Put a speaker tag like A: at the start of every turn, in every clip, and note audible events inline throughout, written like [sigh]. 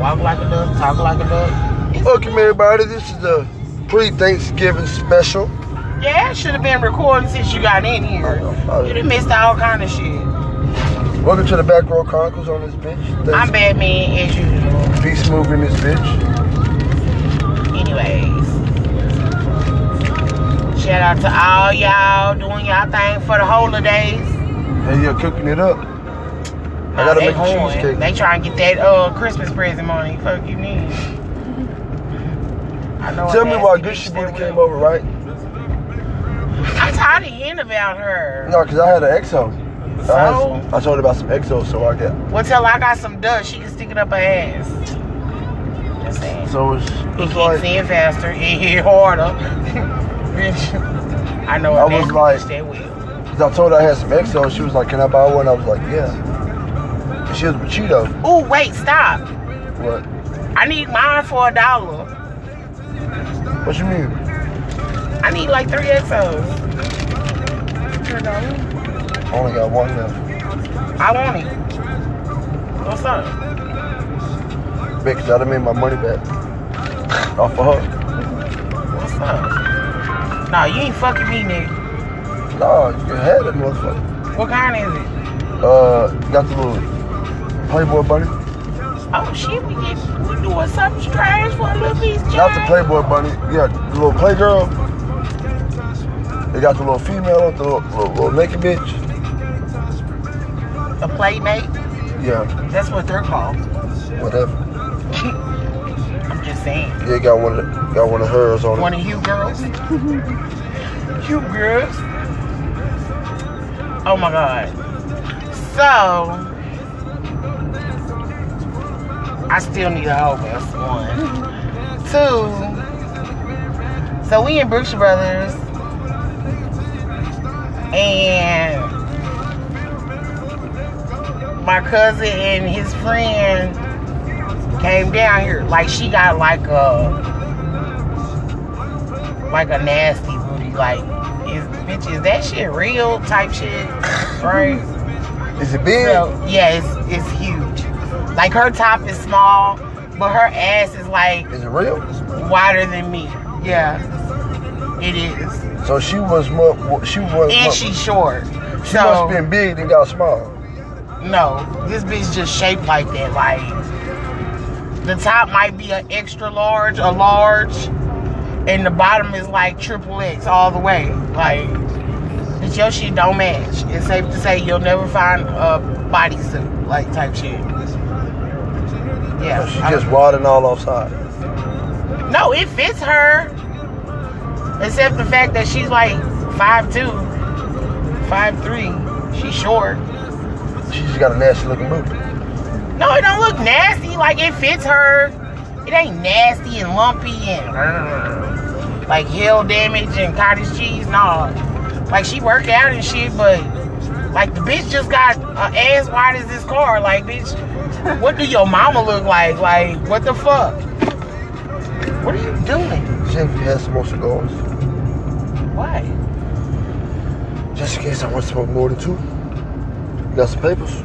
A: Walk like a duck, talk like a duck.
B: Welcome everybody. This is the pre-Thanksgiving special.
A: Yeah, should have been recording since you got in
B: I
A: here.
B: know, I know.
A: You done missed all kind of shit.
B: Welcome to the Back Row Chronicles on this bitch. Thanks.
A: I'm Batman as usual.
B: Peace move in this bitch.
A: Anyways. Shout out to all y'all doing y'all thing for the holidays.
B: And you're cooking it up. I gotta make a cheesecake.
A: Oh, They trying to get that uh Christmas present money. Fuck you mean? I know a
B: Tell me
A: nasty
B: why
A: bitch
B: Gucci
A: that
B: Booty
A: will.
B: came over, right?
A: I'm tired of hearing about her.
B: No, cause I had an EXO. I, had
A: So?
B: some- I told her about some EXO, so I got.
A: Well, till I got some dust, she can stick it up her ass. Just saying.
B: So it's,
A: It
B: it's
A: kicks
B: like
A: in faster. [laughs] It hit harder. [laughs] Bitch. I know a
B: I was
A: nasty
B: like-
A: bitch that will.
B: 'cause I told her I had some EXO. She was like, "Can I buy one?" I was like, "Yeah." And She was with Cheeto.
A: Ooh, wait, stop.
B: What?
A: I need mine for a dollar.
B: What you mean?
A: I need like three XOs. For a dollar?
B: I only got one left.
A: I want it. What's up?
B: Because I done made my money back off of her.
A: What's up? Nah, you ain't fucking me, nigga.
B: Nah, you had that motherfucker.
A: What kind is it?
B: Uh, got the little Playboy bunny.
A: Oh shit, we get we doing something strange for a little piece.
B: Not the Playboy bunny. Yeah, the little playgirl. They got the little female, the little, little, little naked bitch.
A: play. A playmate.
B: Yeah,
A: That's what they're called. [laughs]
B: whatever.
A: I'm just saying.
B: Yeah, got one. Of, the- got one of hers on
A: One
B: it.
A: of you girls. you girls. Oh my god. So I still need a whole best one. Two. So we in Brooks Brothers. And my cousin and his friend came down here. Like she got like a like a nasty booty. Like, is bitch, is that shit real type shit? Right?
B: Is it big?
A: So, yeah, it's it's huge. Like her top is small, but her ass is like
B: Is it real?
A: wider than me. Yeah, it is,
B: So she was more. She was.
A: and
B: mu-
A: she's short.
B: she
A: so
B: must been big and got small.
A: no, this bitch just shaped like that. Like the top might be an extra large, a large, and the bottom is like triple X all the way. Like bitch, your shit don't match. It's safe to say you'll never find a bodysuit like type shit. Yeah.
B: So she
A: I-
B: just wild and all offside.
A: no, it fits her. Except the fact that she's like 5'2, 5'3. She's short.
B: She just got a nasty looking booty.
A: No, it don't look nasty. Like it fits her. It ain't nasty and lumpy and uh, like hell damage and cottage cheese. No, like she worked out and shit, but like the bitch just got an ass wide as this car. Like bitch, what do your mama look like? Like what the fuck? What are you doing?
B: She had some more cigars.
A: Why?
B: Just in case I want to smoke more than two. Got some papers.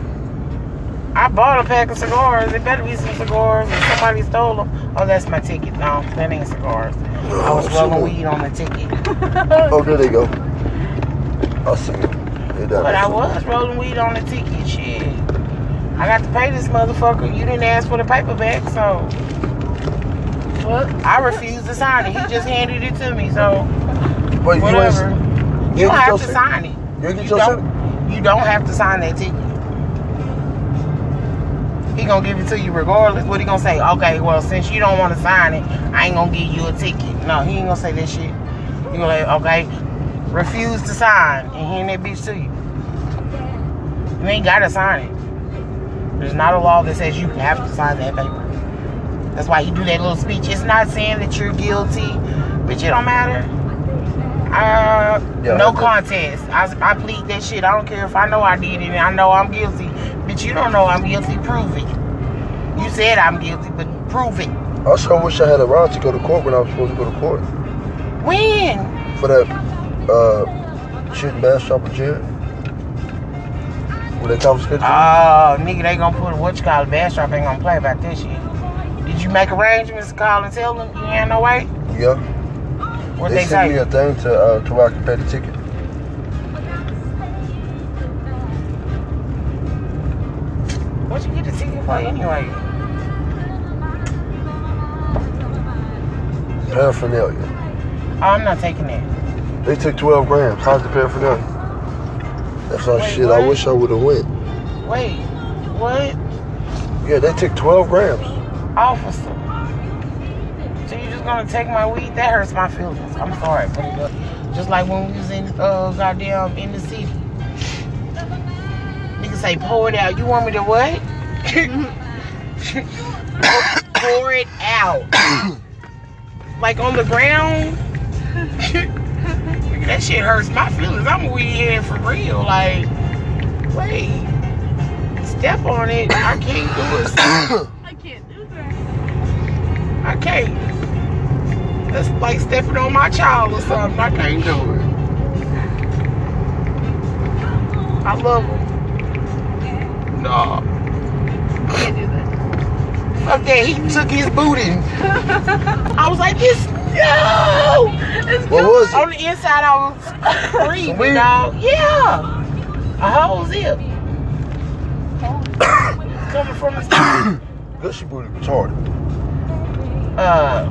A: I bought a pack of cigars. It better be some cigars. If somebody stole them, oh, that's my ticket. No, that ain't cigars. I was rolling weed on the ticket.
B: Oh, there they go. I see it. They down
A: But
B: there.
A: I was rolling weed on the ticket, shit. I got to pay this motherfucker. You didn't ask for the paper back, so. Well, I refused to sign it. He just handed it to me, so
B: But you ain't,
A: whatever. You
B: you ain't
A: don't
B: get your
A: have to
B: cig-
A: sign it.
B: You ain't get
A: You
B: your
A: don't,
B: cig-
A: you don't have to sign that ticket. He gonna give it to you regardless. What he gonna say? Okay, well since you don't want to sign it, I ain't gonna give you a ticket. No, he ain't gonna say that shit. You gonna like, okay, refuse to sign and hand that bitch to you. You ain't gotta sign it. There's not a law that says you have to sign that paper. That's why he do that little speech. It's not saying that you're guilty, but it don't matter. Uh,
B: Yeah,
A: no
B: I-
A: contest. I, I plead that shit. I don't care if I know I did it and I know I'm guilty. But you don't know I'm guilty. Prove it. You said I'm guilty, but prove it.
B: I sure wish I had a ride to go to court when I was supposed to go to court
A: When?
B: for that uh, shooting bass shop with Jared. When they confiscated.
A: Uh,
B: Uh,
A: Oh, nigga, they gonna put a what you call it, Bastrop ain't gonna play about this shit. Did you make arrangements to call and tell them you ain't no way?
B: Yeah.
A: What
B: they
A: they
B: sent me
A: say?
B: a thing to uh, to where I can pay the ticket.
A: What you get the ticket for anyway?
B: Paraphernalia.
A: Oh, I'm not taking that.
B: They took 12 grams. How's the paraphernalia? That's all
A: Wait,
B: shit. I
A: what?
B: wish I would have went.
A: Wait, what
B: Yeah, they took 12 grams.
A: officer? So you just gonna take my weed? That hurts my feelings. I'm sorry, but it does. just like when we was in uh goddamn in the city. Niggas say pour it out. You want me to what? [laughs] pour it out. like on the ground. Nigga, that shit hurts my feelings. I'm a weed head for real. Like, wait. Step on it. I can't do it.
C: I can't do that.
A: I can't. That's like stepping on my child or something. I can't do it. I love him. Nah.
C: Can't do that.
A: Fuck that. He took his booty. I was like, this. No!
C: It's
B: What was it?
A: On the inside, I was
B: Some weed?
A: screaming, dog. Yeah. A whole zip. Coming from the
B: Gushy booty
A: [coughs]
B: retarded.
A: uh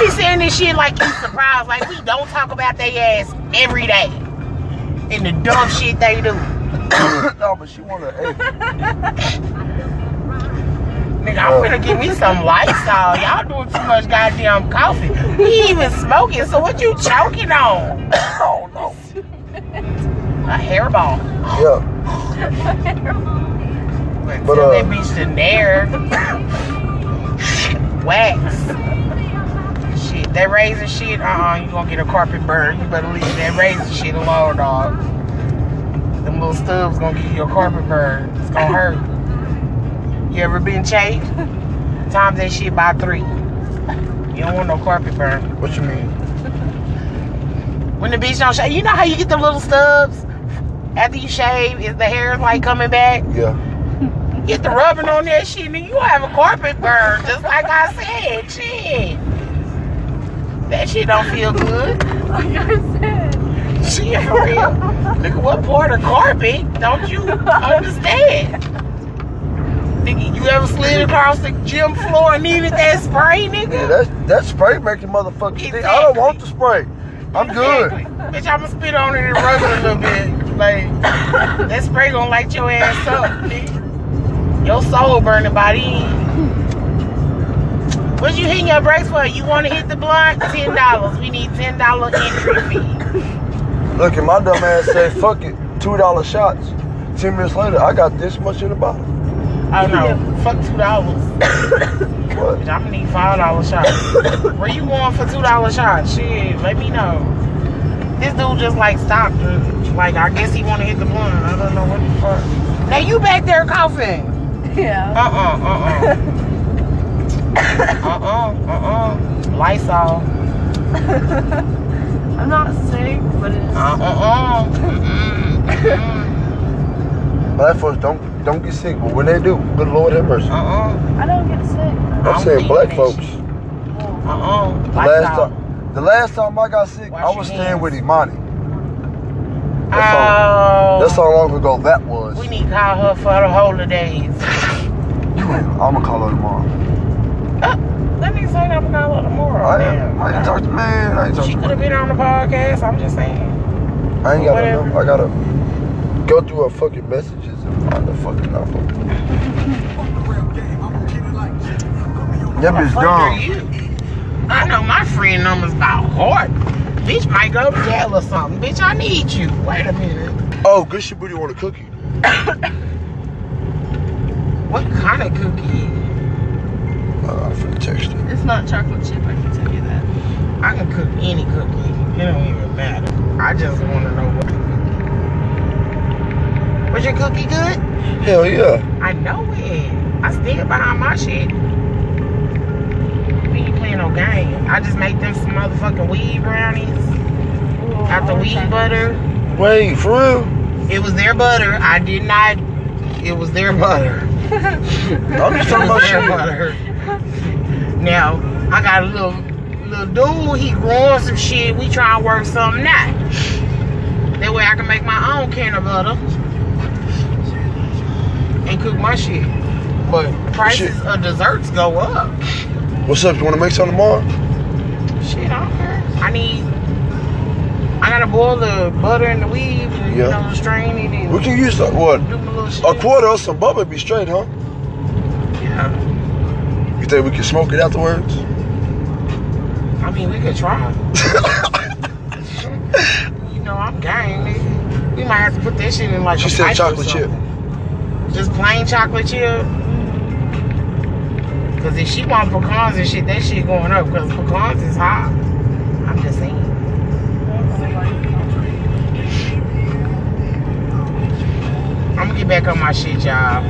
A: he saying this shit like he's surprised. Like we don't talk about their ass every day. And the dumb shit they do.
B: no, but she wanted an eight.
A: Nigga, I'm gonna give me some lifestyle. Y'all doing too much goddamn coffee. He even smoking, so what you choking on? [coughs] oh no. A hairball.
B: Yeah.
A: But,
B: But,
A: Tell
B: uh,
A: that bitch to nair. Wax. shit, that razor shit, uh-uh, you gonna get a carpet burn. You better leave that razor shit alone, dog. Them little stubs gonna get you a carpet burn. It's gonna hurt. You ever been chased? Times that shit by three. You don't want no carpet burn.
B: What you mean?
A: When the bitch don't shave, you know how you get the little stubs? After you shave, is the hair like coming back?
B: Yeah.
A: Get the rubbing on that shit, and you have a carpet burn, just like I said. Shit. That shit don't feel
C: [laughs]
A: good.
C: like I said.
A: Shit, for real. Look at what part of carpet don't you understand? Nigga, you ever slid across the gym floor and needed that spray,
B: Yeah,
A: nigga?
B: that, that spray making motherfuckers stink. I don't want the spray. I'm
A: Exactly.
B: good.
A: Bitch, I'ma spit on it and rub it a little bit. Like, that spray gonna light your ass up, nigga. Your soul burning by then. What you hitting your brakes for? You wanna hit the blunt? Ten dollars. We need ten dollar entry fee.
B: Look, and my dumb ass said, fuck it. $2 shots. 10 minutes later, I got this much in the bottle.
A: Oh no, fuck two [coughs] dollars.
B: What?
A: Bitch, I'ma need five dollar [coughs] shots. Where you going for two dollar shots? Shit, let me know. This dude just like stopped. and, Like I guess he wanna hit the blunt. I don't know what the fuck. Now you back there coughing.
C: Yeah.
A: Uh-uh, uh-uh. [coughs] uh-uh, uh-uh. Lysol.
C: I'm not sick, but it's.
A: Uh-uh, uh-uh.
B: Black folks don't don't get sick, but when they do, good Lord have mercy.
A: Uh-uh,
C: I don't get sick.
B: I'm
A: I'm
B: saying black
A: eating that
B: folks.
A: shit.
C: Well,
A: uh-uh.
B: The last
A: Lysol.
B: time, the last time I got sick,
A: Wash
B: I
A: your
B: was staying
A: hands.
B: with Imani. That's all.
A: Oh.
B: That's how long ago that was.
A: We need to call her for the holidays.
B: I'm gonna call her tomorrow.
A: Oh, Let me say that I'm gonna call her tomorrow.
B: I ain't, I ain't
A: man.
B: talked to man. I ain't talked
A: She
B: to
A: could have been on the podcast. I'm just saying.
B: I ain't got her
A: Whatever.
B: number. I gotta go through her fucking messages and find her fucking number. That
A: What the
B: bitch
A: fuck are
B: gone.
A: you? I know my friend number's about heart. Bitch might go to jail or something. Bitch, I need you. Wait a minute.
B: Oh, good shit booty want a cookie.
A: What kind of cookie?
B: Uh, I'm finna text her.
C: it's not chocolate chip, I can tell you that.
A: I can cook any cookie. It don't even matter. I just want to know what the cookie. Was your cookie good?
B: Hell yeah.
A: I know it. I stand behind my shit. We ain't playing no game. I just make them some motherfucking weed brownies.
C: Ooh,
A: Got the
C: I'm
A: weed
C: trying-
A: butter.
B: Wait, for real?
A: It was their butter. I did not. It was their butter.
B: I'm just talking about shit.
A: Now, I got a little little dude, he growing some shit. We trying to work something out. That way I can make my own can of butter and cook my shit. But prices
B: Shit.
A: of desserts go up.
B: What's up? You want to make something tomorrow?
A: Shit, I don't care. I need I gotta boil the butter and the weave and you
B: Yeah.
A: know strain it and
B: We can use that. What?
A: do my little shit.
B: A quarter or some bubble be straight, huh?
A: Yeah.
B: You think we can smoke it afterwards?
A: I mean we could
B: [laughs]
A: try. you know I'm game, nigga. We might have to put that shit in like
B: She
A: a
B: said
A: pipe or
B: chocolate chip.
A: something. Just plain chocolate chip. Cause if she want pecans and shit, that shit going up. Cause pecans is hot. I'm just saying. I'm gonna get back on my shit, y'all.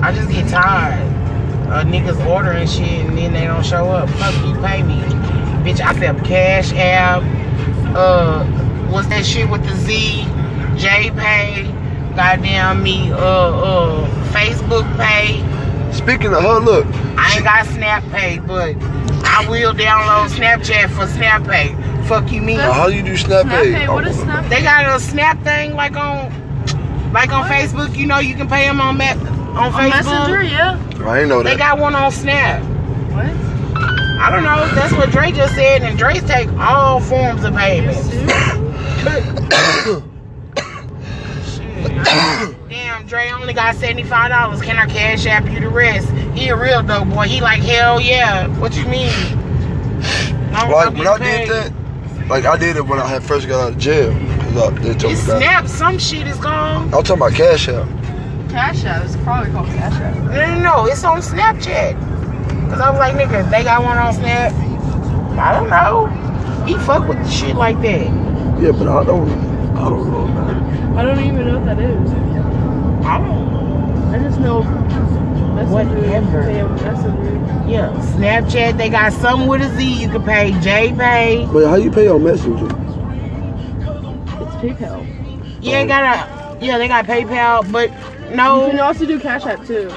A: I just get tired of niggas ordering shit and then they don't show up. Fuck you, pay me, bitch. I accept Cash App. Uh, what's that shit with the Z? J Pay. Goddamn me. Uh, uh, Facebook Pay.
B: Speaking of her, look.
A: I ain't got Snap Pay, but I will download Snapchat for Snap Pay. Fuck you, mean?
B: Now, how you do snap aid?
C: Snap Pay, what is Snap
A: They got a Snap thing like on, like on Facebook. You know, you can pay them on Met, on
C: On
A: Facebook.
C: Messenger, yeah.
B: I ain't know
A: They
B: that.
A: got one on Snap.
C: What?
A: I don't know. That's what Dre just said, and Dre take all forms of
C: You
A: payments.
C: serious?
B: [coughs]
A: [coughs] Shit. Damn, Dre only got seventy-five dollars. Can I cash app you the rest? He a real dope boy. He like hell yeah. What you mean? Long as
B: like
A: I'm
B: when I
A: getting
B: did
A: paid.
B: that, like I did it when I had first got out of jail. 'Cause I, they told
A: It
B: me that.
A: snaps. Some shit is gone.
B: I was talking about cash out.
C: Cash App. It's probably called Cash App.
A: No, no, no. It's on Snapchat. Cause I was like, nigga, they got one on Snap. I don't know. He fuck with shit like that.
B: Yeah, but I don't, I don't know, man.
C: I don't even know what that is.
A: I don't.
C: I just know Messenger.
A: Whatever.
C: They have Messenger.
A: Yeah, Snapchat. They got something with a Z. You can pay JPay.
B: But how you pay on Messenger?
C: It's PayPal.
A: Yeah, they got a. Yeah, they got PayPal, but
C: You can
A: no,
C: also do Cash App too.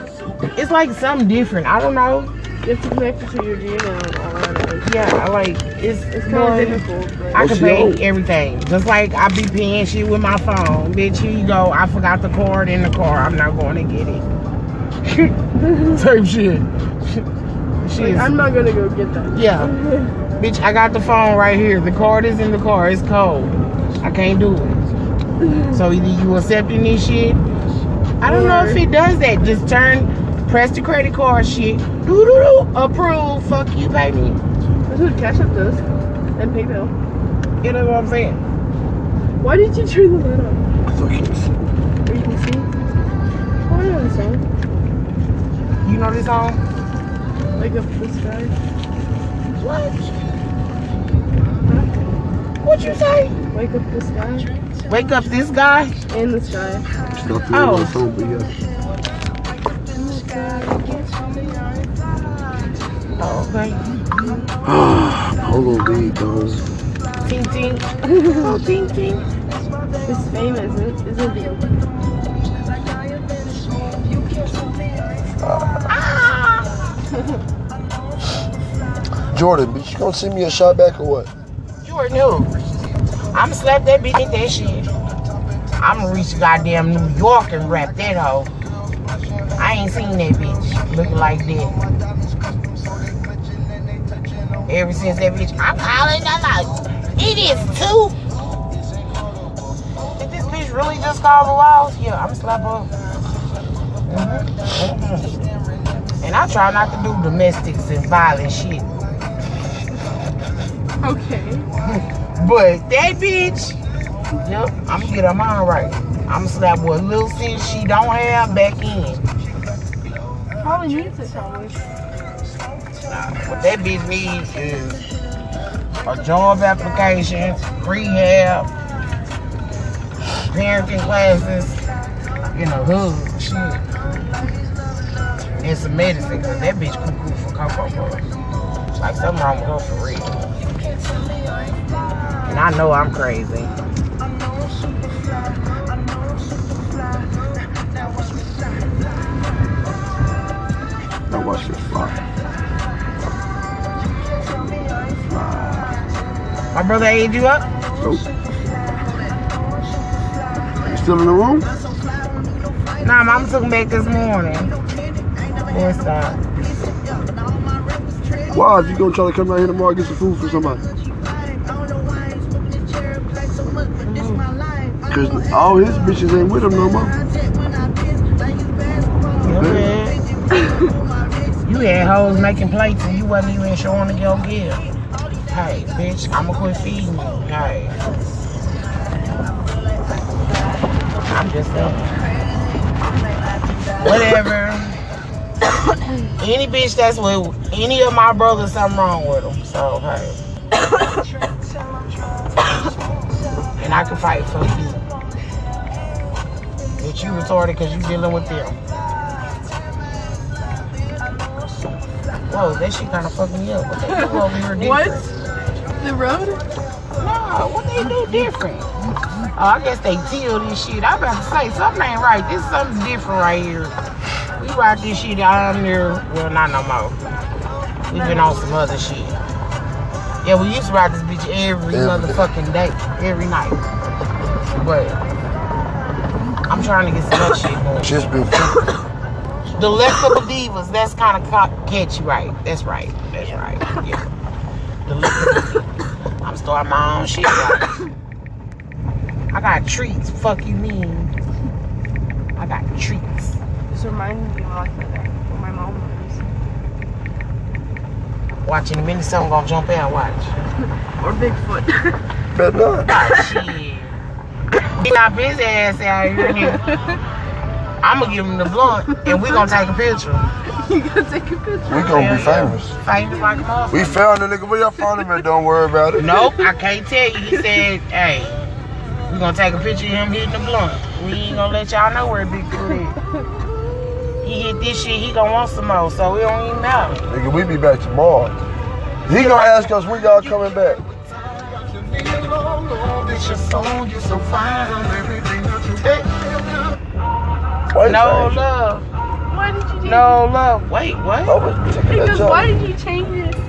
A: it's like something different. I don't know.
C: You have to connect it to your Gmail and all that. Like,
A: Yeah, I like it's
C: It's
A: it's
C: kind of
A: kind of
C: difficult, but
A: I
B: What's
A: can pay
B: your-
A: everything, just like I be paying shit with my phone. Bitch, here you go. I forgot the card in the car. I'm not going to get it. [laughs] Type shit.
C: like,
A: Shit.
C: I'm not gonna go get that.
A: yeah, bitch, I got the phone right here. The card is in the car. It's cold. I can't do it. So either you accepting this shit. I don't know if it does that. Just turn, press the credit card shit. Doo doo doo. Approve. Fuck you, pay me.
C: That's what Cash App does. And PayPal.
A: You know what I'm saying?
C: Why did you turn the light on?
B: I thought you was-
C: Or you can see? Oh, I know the song.
A: You know this song?
C: Like up the sky.
A: What? What you say?
C: Like up the sky.
A: Wake up this guy.
C: In the sky.
B: It's not the
A: Oh.
B: oh. phone, but yeah.
A: Oh, okay.
B: Hold on, weed, though.
A: Ting ting. Oh, ting ting.
C: It's famous, isn't isn't it?
A: Ah!
B: Jordan, bitch, you gonna send me a shot back or what?
A: You are new. I'm slap that bitch in that shit. I'm reach goddamn New York and rap that hoe. I ain't seen that bitch looking like that. Ever since that bitch, I'm hollering, I'm like, it is two. Did this bitch really just call the walls? Yeah, I'm slap up. Mhm. And I try not to do domestics and violent shit.
C: Okay.
A: But that bitch, yep, I'm gonna get her mind right. I'm gonna slap what little sis she don't have back in.
C: Probably needs it probably.
A: What that bitch needs is a job application, rehab, parenting classes, you know, hood, shit, and some medicine. Cause that bitch cuckoo for cocoa puffs. Like something wrong with her for real. And I know I'm crazy.
B: my shit fly. Fly.
A: My brother ate you up?
B: Nope. You still in the room?
A: Nah, mom took him back this morning. Boy, stop.
B: Why? If you gonna try to come down here tomorrow and get some food for somebody? Cause all his bitches ain't with him no more.
A: You good. You had hoes making plates and you wasn't even showing to go give. Hey, bitch, I'ma quit feeding you. Hey. I'm just saying. Whatever. any bitch that's with any of my brothers, something wrong with them. So, hey. and I can fight for you. But you retarded because you dealing with them. Whoa, that shit kind of fucked me up. What they do over here different?
D: What? The road?
A: No, what they do different? Oh, I guess they till this shit. I about to say something ain't right. This something different right here. We rock this shit down there. Well, not no more. we been on some other shit. Yeah, we used to ride this bitch every
B: Every day.
A: motherfucking day, every night. But I'm trying to get some other shit going.
B: Just [laughs] been
A: The less of the divas, that's kind of co- catchy, right? That's right. That's right. Yeah. The less of the divas. I'm starting my own shit. y'all. I got treats. Fuck you mean? I got treats.
D: This reminds me of like that. When my mom was.
A: Watch in a minute, something gonna jump out. Watch.
D: Or Bigfoot. [laughs]
B: better not.
A: Oh, shit. He knock his ass out here. I'm gonna give him the blunt, and we gonna take a picture.
D: you gotta take a picture.
B: We gonna be famous.
A: Famous like a motherfucker.
B: We found the nigga. Where y'all found him at? Don't worry about it. [laughs]
A: Nope, I can't tell you. He said, hey, we're gonna take a picture of him hitting the blunt. We ain't gonna let y'all know where Big Bigfoot is. He hit this shit, he gonna want some more, so we don't even know.
B: Nigga, we be back tomorrow. He gonna ask us when y'all coming back. Why you
A: No
B: saying-
A: love,
D: Why did you change
A: no love. Wait,
B: I
A: what?
B: was checking that
D: it? Because why
B: job.
D: did you change it?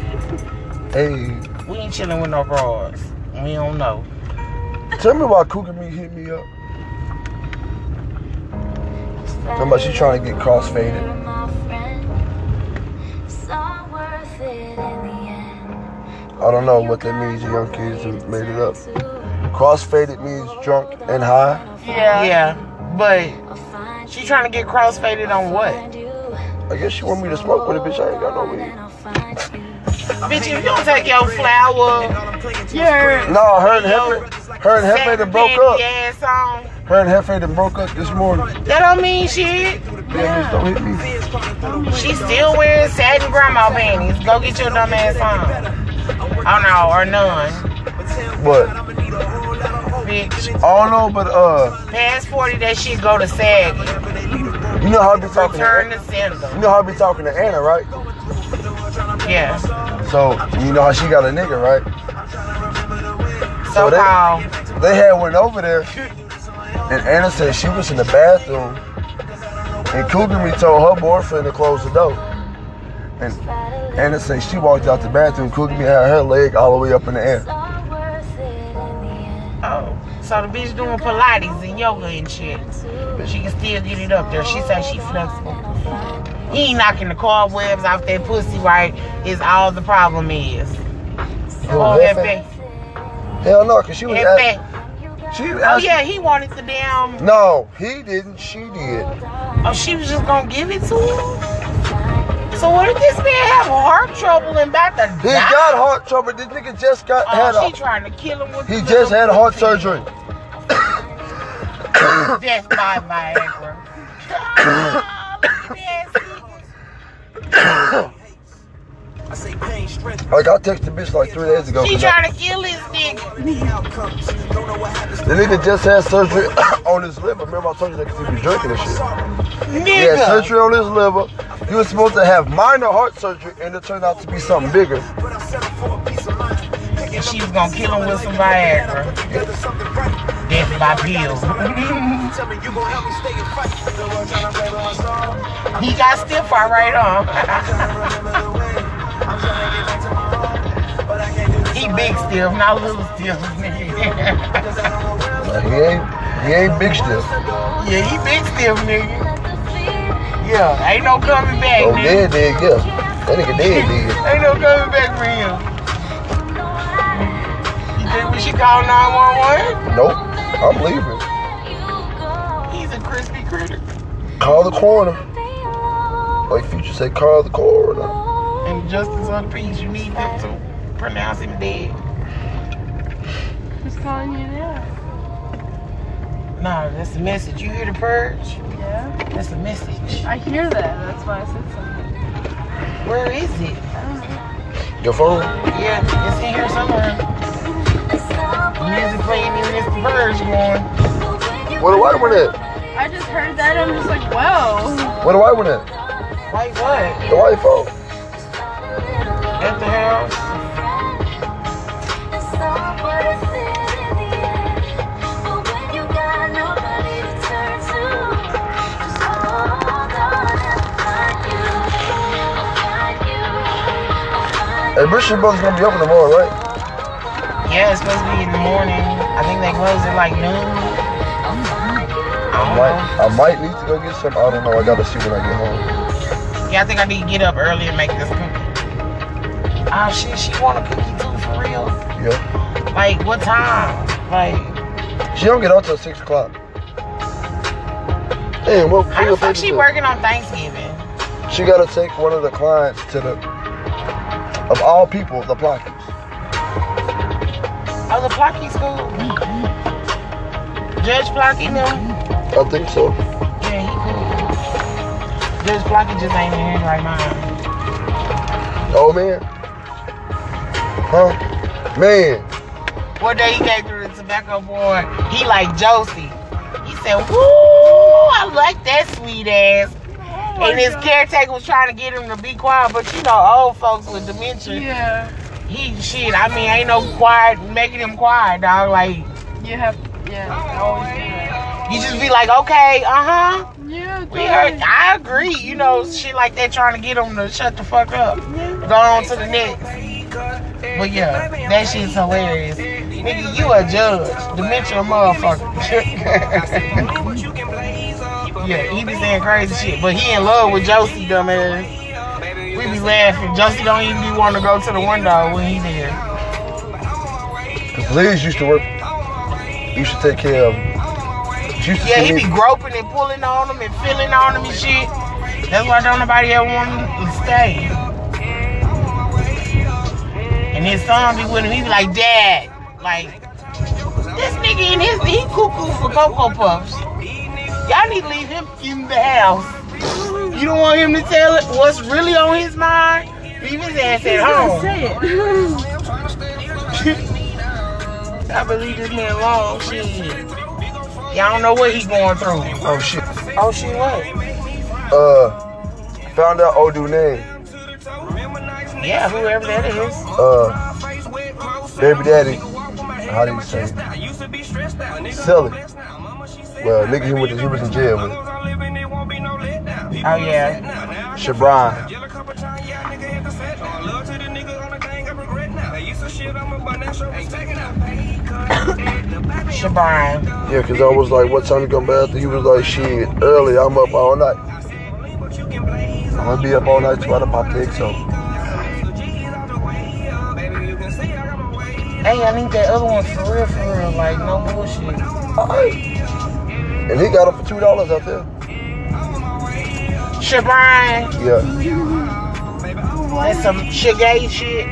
B: Hey,
A: We ain't chilling with no broads. We don't know.
B: tell me why Cougar Me hit me up. Talking about she trying to get crossfaded.
E: I don't know what that means. Young kids who made it up.
B: Crossfaded means drunk and high.
D: Yeah.
A: Yeah, but she trying to get crossfaded on what?
B: I guess she want me to smoke with a bitch. I ain't got no weed.
E: weed.
A: Bitch, if you don't take your flower,
D: Yeah.
B: No, her and Hefe, her and Hefe done broke
A: segregated
B: up.
A: ass on,
B: Her and Hefe done broke up this morning.
A: that don't mean shit.
B: Damn, bitch, don't hit me.
A: She still wearing satin grandma panties. Go get your dumb ass on. Oh no, or none.
B: But
A: Bitch.
B: I don't know, but uh,
A: Past 40, that shit go to sag.
B: you know how I be talking. To
A: Return
B: Anna,
A: to
B: you
A: sender.
B: know how I be talking to Anna, right?
A: Yeah.
B: So you know how she got a nigga, right?
A: So called.
B: They had went over there, and Anna said she was in the bathroom, and Kugami told her boyfriend to close the door. And Anna said she walked out the bathroom. Kugami had her leg all the way up in the air.
A: Oh. So the bitch doing Pilates and yoga and shit. But she can still get it up there. She say she flexible. He ain't knocking the cobwebs off that pussy, right? Is all the problem is.
B: Who,
A: Oh,
B: Hefe?
A: Hefe.
B: Hell no, cause she was asking.
A: Hefe.
B: She was
A: Oh,
B: asking.
A: yeah, he wanted the damn.
B: No, he didn't. She did.
A: Oh, she was just gonna give it to him? So what did this man have heart trouble and about to
B: He
A: die?
B: got heart trouble. This nigga just got had
A: Oh,
B: a
A: she trying to kill him with
B: He
A: the
B: just
A: little
B: had heart
A: pussy.
B: surgery.
A: [laughs] That's my
B: [coughs]
A: Viagra.
B: Like I texted the bitch like three days ago.
A: she
B: 'cause I-
A: trying to kill this nigga.
B: the nigga just had surgery [coughs] on his liver. Remember I told you that because he be drinking and shit. He had
A: Nigga.
B: surgery on his liver. He was supposed to have minor heart surgery and it turned out to be something bigger.
A: and she was gonna kill him with some Viagra. Death by pill. [laughs] he got stiff all right on. [laughs] he big stiff, not little stiff. [laughs] yeah,
B: Nah, he ain't he ain't big stiff.
A: he big stiff, nigga. Yeah, ain't no coming back,
B: Oh
A: nigga.
B: dead dead, yeah. That nigga dead dead.
A: Ain't no coming back for him. You think we should call 911?
B: Nope. I'm leaving.
A: He's a crispy critter.
B: Call the coroner. Like Future said, call the coroner.
A: And justice on the peace, you need them to pronounce him dead.
D: Who's calling you now?
A: Nah, that's the message. You hear the purge?
D: Yeah.
A: That's the message.
D: I hear that. That's why I said something.
A: Where is it?
B: Your phone?
A: Yeah, it's in here somewhere. The music playing in this purge going.
B: Where do I win at?
D: I just heard that. I'm just like, wow.
B: Where do I win at?
A: Like what?
B: The white phone.
A: At the house?
B: Hey, Bishop Buck's gonna be open tomorrow, right?
A: Yeah, it's supposed to be in the morning. I think they close at like noon.
B: I might, I might need to go get some. I don't know. I gotta see when I get home.
A: Yeah, I think I need to get up early and make this cookie. Oh shit, she want a cookie too for real.
B: Yeah.
A: Like what time? Like
B: She don't get out till six o'clock. Damn, what?
A: how the
B: what
A: fuck
B: paper
A: she
B: to?
A: working on Thanksgiving?
B: She gotta take one of the clients to the, of all people, the Plockies.
A: Oh, the Plocky school. Judge Plocky them.
B: I think so.
A: Yeah, he cool. Judge Plocky just ain't in his right mind.
B: Oh man. Huh? Man.
A: One day he came through the tobacco board. He like Josie. He said, "Woo, I like that sweet ass." and his caretaker was trying to get him to be quiet, but you know, old folks with dementia.
D: Yeah.
A: He shit. I mean, ain't no quiet making him quiet, dog. Like
D: You have. Yeah. I always do that.
A: you just be like, okay, uh huh.
D: Yeah.
A: We heard. I agree. You know, shit like that, trying to get him to shut the fuck up. Go on to the next. But yeah, that shit's hilarious. Nigga, you a judge, dementia motherfucker. [laughs] yeah, he be saying crazy shit, but he in love with Josie, dumbass. We be laughing. Josie don't even be wanting to go to the window when he there.
B: Cause Liz used to work. You should take care of. Him. She used to
A: Yeah,
B: see
A: he
B: me.
A: be groping and pulling on him and feeling on him and shit. That's why don't nobody ever want him to stay. And his son be with him. He be like, Dad, like, this nigga in his, he cuckoo for Cocoa Puffs. Y'all need to leave him in the house. You don't want him to tell it what's really on his mind? Leave his ass at home. I believe this man long shit. Y'all don't know what he going through.
B: oh shit.
A: Oh shit, what?
B: Uh, found out Odu name.
A: Yeah, whoever that is.
B: Uh, baby daddy. How do you say? it? Sell it. Well, nigga, he, went to, he was in jail with
A: Oh yeah.
B: Shabron.
A: Shabron.
B: Yeah, cause I was like, what time you come back? He was like, shit, early. I'm up all night. I'm gonna be up all night trying to pop the so.
A: Hey, I need that other one for real, for real. Like no bullshit.
B: Alright. And he got it for two dollars out there.
A: Shabron.
B: Yeah.
A: That's some Shigay shit.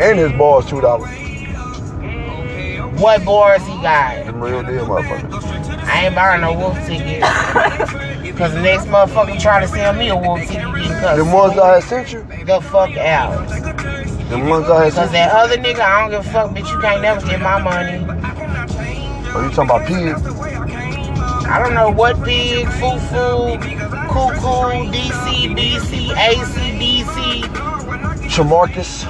B: And his ball's two dollars.
A: What bars he got?
B: Them real deal motherfuckers.
A: I ain't buying no wolf ticket. Cause the next motherfucker try to sell me a wolf ticket
B: The
A: because
B: ones I had sent you.
A: the fuck out.
B: The ones I had
A: Cause
B: sent you.
A: that other nigga, I don't give a fuck, bitch. You can't never get my money.
B: Are you talking about P?
A: I don't know what big fufu, cuckoo, DC, BC, AC, DC.
B: Shamarcus?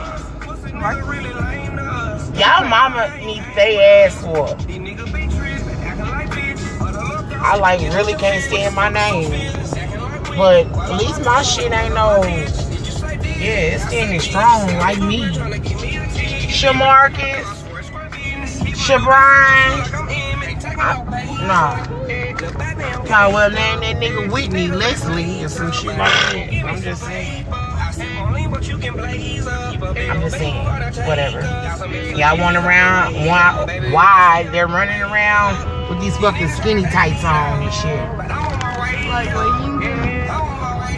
D: arguing.
A: Y'all mama needs their ass whooped. I like really can't stand my name. But at least my shit ain't no Yeah, it's standing strong like me. Shamarcus, Shabron, nah. Probably well name that nigga Whitney Leslie or some shit like that. I'm just saying. I'm just saying, whatever. Y'all want around why, why they're running around with these fucking skinny tights on and shit.
D: Like, what you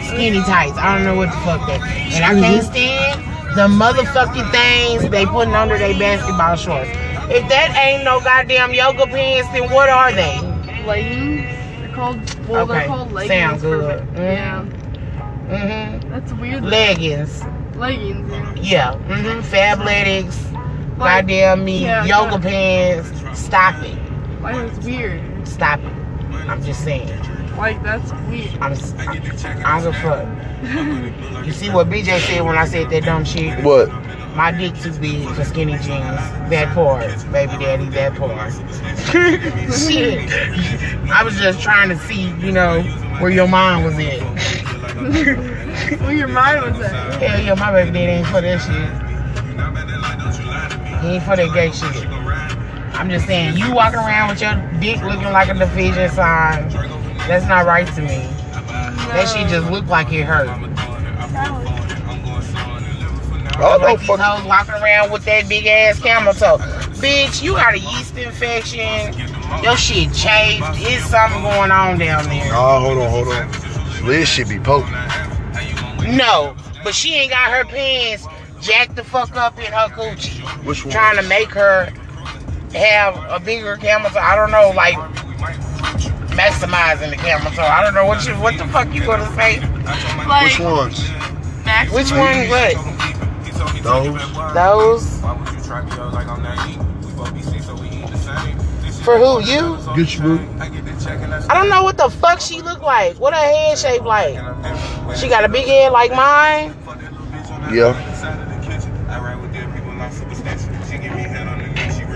A: skinny tights. I don't know what the fuck that. And I can't stand the motherfucking things they putting under their basketball shorts. If that ain't no goddamn yoga pants, then what are they?
D: leggings. They're called well,
A: Okay,
D: they're called leggings.
A: sounds
D: for-
A: good.
D: Yeah,
A: Mm-hmm.
D: that's weird.
A: Leggings.
D: leggings. Yeah.
A: Yeah. Mm-hmm. Fabletics.
D: Like,
A: Goddamn me.
D: yeah,
A: yoga
D: yeah.
A: pants. Stop it.
D: like it's weird.
A: Stop it. I'm just saying.
D: Like that's weird.
A: I'm. s- I, I don't give a fuck. You see what BJ said when I said that dumb shit?
B: What?
A: My dick too big for skinny jeans. That part, baby daddy, that part. [laughs] Shit. I was just trying to see, you know, where your mind was at. [laughs]
D: Well, your mind was at.
A: Hell yeah, my baby daddy ain't for that shit. He ain't for that gay shit. I'm just saying, you walking around with your dick looking like a division sign, that's not right to me. That shit just look like it hurt.
B: I
A: like
B: don't
A: these
B: fuck.
A: hoes walking around with that big ass camel toe. Bitch, you got a yeast infection. Your shit chafed. It's something going on down there.
B: Oh, hold on, hold on. Liz should be poking.
A: No, but she ain't got her pants jacked the fuck up in her coochie,
B: Which one?
A: trying to make her have a bigger camel toe. I don't know, like maximizing the camel toe. I don't know what you, what the fuck you gonna say.
D: Like
B: Which ones?
D: Max
A: Which one? What? Those
B: Those?
A: for who? You?
B: Get your boot.
A: I don't know what the fuck she look like. What her head shape like? She got a big head like mine.
B: Yeah.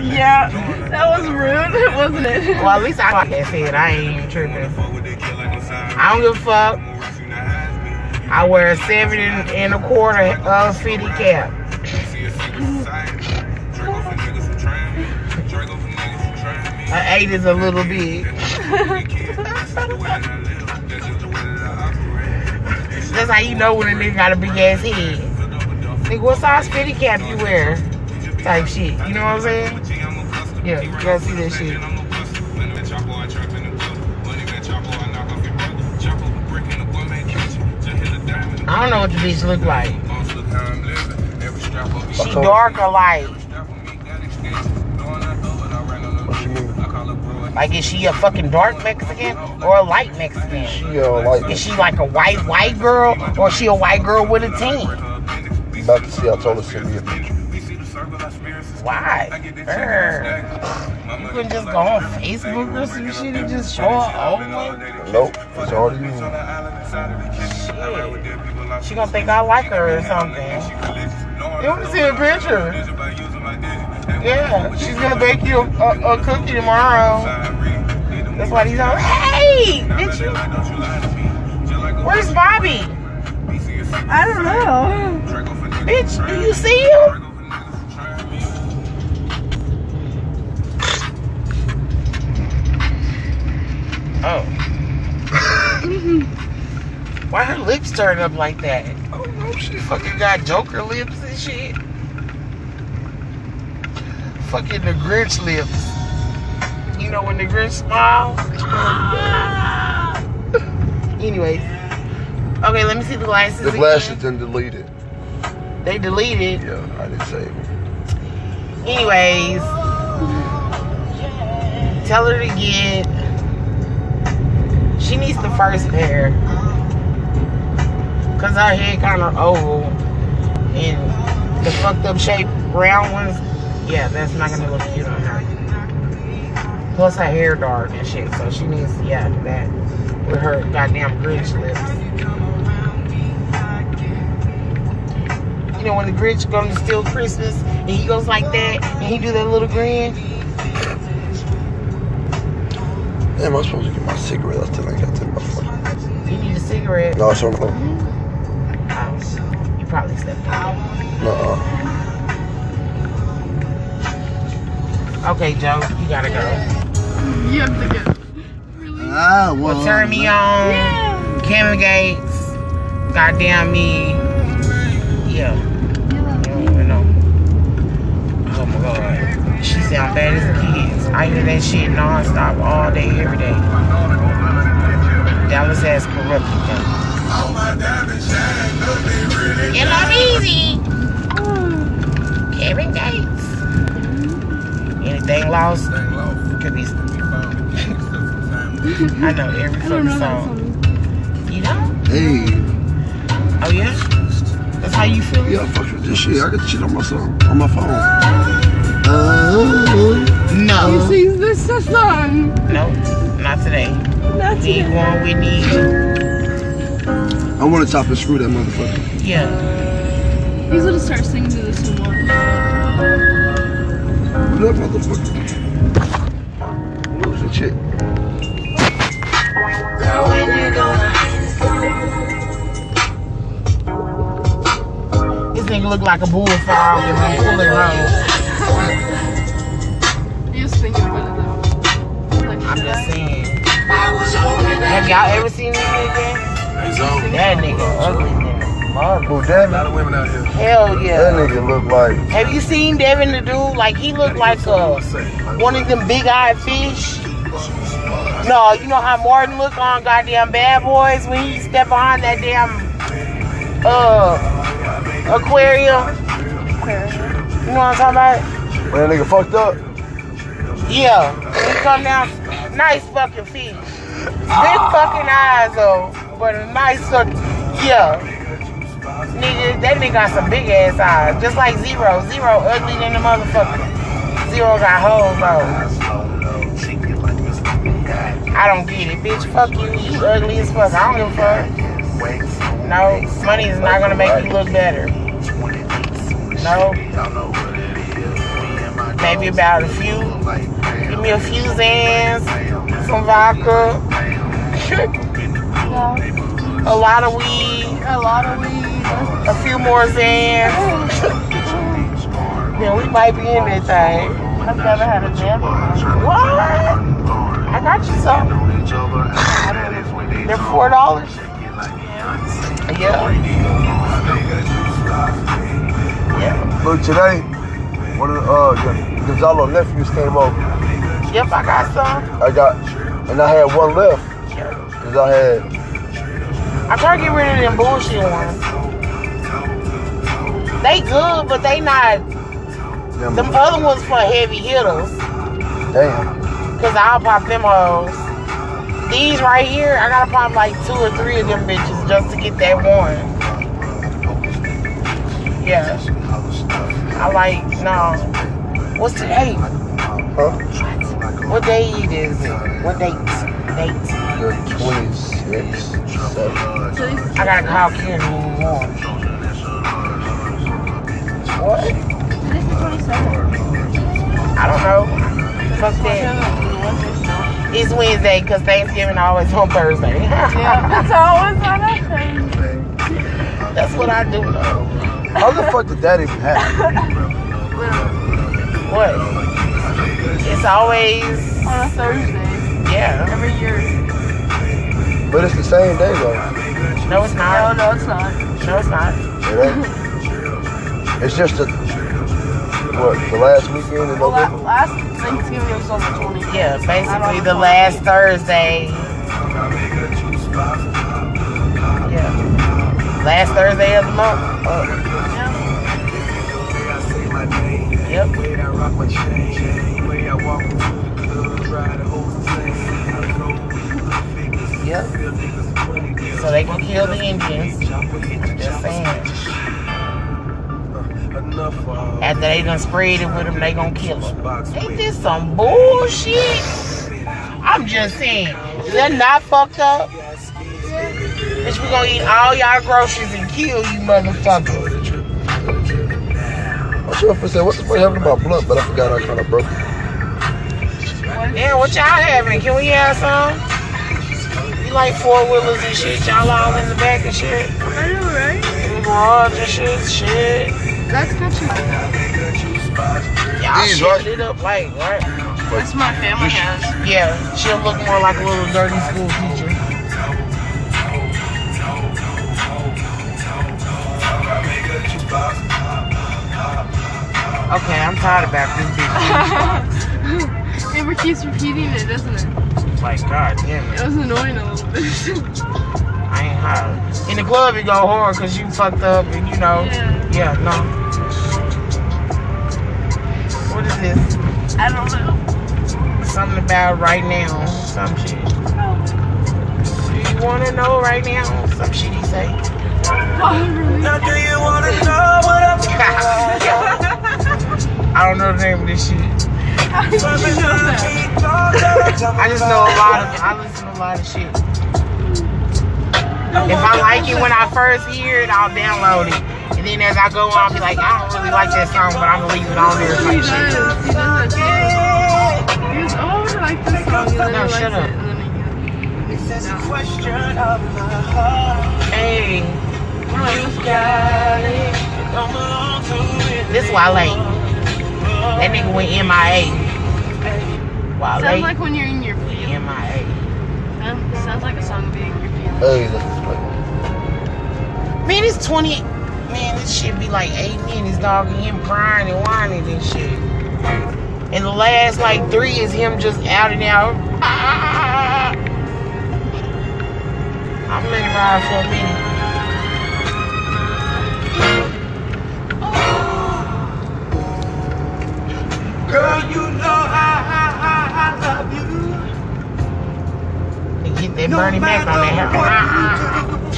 D: Yeah, that was rude, [laughs] wasn't it?
A: Well, at least I got that head. I ain't even tripping. I don't give a fuck. I wear a seven and, and a quarter uh, fitted cap. An eight is a little big. That's how you know when a nigga got a big ass head. Nigga, what size fitted cap you wear? Type shit. You know what I'm saying? Yeah, you gotta see that shit. I don't know what the bitch look like. She
B: told-
A: dark or light?
B: What you mean?
A: Like, is she a fucking dark Mexican or a light Mexican?
B: She uh, like
A: Is she like a white white girl or she a white girl with a teen?
B: about to see. I told her send me a picture.
A: Why? Err. You can just go on Facebook or some shit and just show her open.
B: Nope, it's already you.
A: Shit. She gonna think I like her or something. You wanna see a picture? Yeah, she's gonna bake you a, a, a cookie tomorrow. That's why these are. Hey, bitch, you. Where's Bobby?
D: I don't know.
A: Bitch, do you see him? Oh. [laughs] Why her lips turned up like that? Oh no, she fucking got Joker lips and shit. Fucking the Grinch lips. You know when the Grinch
B: [laughs]
A: smiles? Anyways. Okay, let me see the glasses.
B: The
A: again.
B: glasses done deleted.
A: They deleted.
B: Yeah, I didn't save it.
A: Anyways, tell her to get. She needs the first pair. Cause her head kind of oval, and the fucked up shape round ones. Yeah, that's not gonna look cute on her. Plus her hair dark and shit, so she needs yeah that with her goddamn Grinch lips. You know when the Grinch comes to steal Christmas and he goes like that and he do that little grin.
B: Damn, I'm supposed to get my cigarette. I still ain't got that motherfucker.
A: You need a cigarette.
B: No, it's on oh, the phone.
A: You probably slept.
B: Nuh-uh.
A: Okay, Joe, you gotta go.
D: You have to get.
E: Ah, well.
A: Well, turn me on. Cameron Gates. Goddamn me. Yeah. You don't even know. Oh my god. She sound bad as kids. I hear that shit nonstop all day, every day. Dallas has corrupted them. You love easy. Kevin Gates. Anything lost could be. I know every
C: I don't
A: fucking
C: know that
A: song.
C: song.
A: You know?
B: Hey,
A: Oh yeah. That's how you feel.
B: yeah, I fuck with this shit. I got the shit on my song, on my phone.
E: Uh-huh.
B: Uh,
C: She
A: No.
C: sings this song.
A: No, not today.
C: That's
A: We
C: it.
A: ain't going with these.
B: I want to top and screw that motherfucker.
A: Yeah.
C: He's gonna start singing to this one more.
B: Who that motherfucker? Who's the chick?
A: This nigga look like a bullfrog and I'm pulling home.
D: You're singing one of them. Like,
A: I'm just saying. Have y'all ever seen this nigga? That nigga ugly nigga. Mother-
B: Who, Devin?
E: of women out here.
A: Hell
B: That
A: yeah.
B: nigga look like
A: Have you seen Devin the dude? Like he looked like a one of them big eyed fish. No, you know how Martin look on goddamn Bad Boys when he step behind that damn uh aquarium. You know what I'm talking about?
B: man, nigga fucked up.
A: Yeah, we come down. Nice fucking feet. Big fucking eyes though, but a nice fucking yeah. Nigga, that nigga got some big ass eyes, just like Zero. Zero ugly than the motherfucker. Zero got hoes though. I don't get it, bitch. Fuck you. You ugly as fuck. I don't give a fuck. No, money is not gonna make you look better. No. Maybe about a few Give me a few Zans, some vodka, a lot of weed,
D: a lot of weed.
A: a few more Zans. then we might be in that thing.
D: I've never had a jam.
A: What? I got you some. They're four dollars. Yeah. Yeah.
B: Look, today, one of the, uh, Gonzalo nephews came over.
A: Yep, I got some.
B: I got, and I had one left.
A: Yeah.
B: Cause I had,
A: I try to get rid of them bullshit ones. They good, but they not.
B: them,
A: Them other ones for heavy hitters.
B: damn,
A: Cause I'll pop them hoes. These right here, I gotta pop like two or three of them bitches just to get that one. Yeah. I like no. What's the date?
B: huh?
A: What day it is it? What date? Date.
B: The 26, 7.
A: I gotta call Karen in the morning. What?
C: This is 27.
A: I don't know. Fuck that. It's Wednesday because Thanksgiving always on Thursday. [laughs]
D: That's always on that thing.
A: That's what I do though.
B: How the fuck did that even happen?
A: What? It's always
D: On a Thursday.
A: yeah.
D: Every year.
B: But it's the same day though.
A: No, it's
D: No,
A: not.
D: no, it's not.
A: No, it's not.
B: It ain't. It's just the, what, the last weekend in
D: Well, la-
B: November?
D: last Thanksgiving was on the 20th.
A: Yeah, basically the last Thursday. Yeah. Last Thursday of the month.
D: Yeah.
A: Yep. Yep. So they can kill the Indians. Just saying.
F: uh,
A: After they done sprayed it with them, they gonna kill them. Ain't this some bullshit? I'm just saying. Is that not fucked up? Bitch, we gonna eat all y'all groceries and kill you motherfuckers.
B: My chauffeur said, what the fuck happened to my blunt? But I forgot I kind of broke it.
A: Damn, what y'all having? Can we have some? You like four wheelers and shit? Y'all all in the back and shit?
D: I know, right?
A: In the garage and shit? Shit.
D: That's not you.
A: Y'all
B: These
A: shit
B: right-
A: lit up like, right?
D: That's my family house.
A: Yeah, she'll look more like a little dirty school teacher. Okay, I'm tired about this bitch.
D: Amber keeps repeating [laughs] it, doesn't it?
A: like, god damn it.
D: It was annoying a little bit.
A: I ain't hard. In the club, it go hard because you fucked up and you know. Yeah, no. What is this?
D: [laughs] I don't [laughs] know.
A: Something about right now. Some shit. Do you want to know right now? Some shit he say.
D: Oh, [laughs]
A: Now, do you want to know what I'm [laughs] I don't know the name of this shit. I just know a lot of, I listen to a lot of shit. If I like it when I first hear it, I'll download it. And then as I go on, I'll be like, I don't really like that song, but I'm gonna leave it on there.
D: He
A: Like, shit.
D: does. He does that too. He goes, oh, I like this song. And
A: No,
D: then he likes
A: shut
D: it,
A: up.
D: and then he goes,
A: Hey. This Wale. That nigga went MIA. Wale.
D: Sounds like when you're in your feelings.
A: MIA.
D: Sounds sounds like a song being in your feelings.
B: Hey, that's
A: Man, it's 20. Man, this shit be like eight minutes, dog, and him crying and whining and shit. And the last like three is him just out and out. [laughs] I'm letting it ride for a minute. Girl, you know I, I, I, I love you. And get that Bernie Mac on that hair.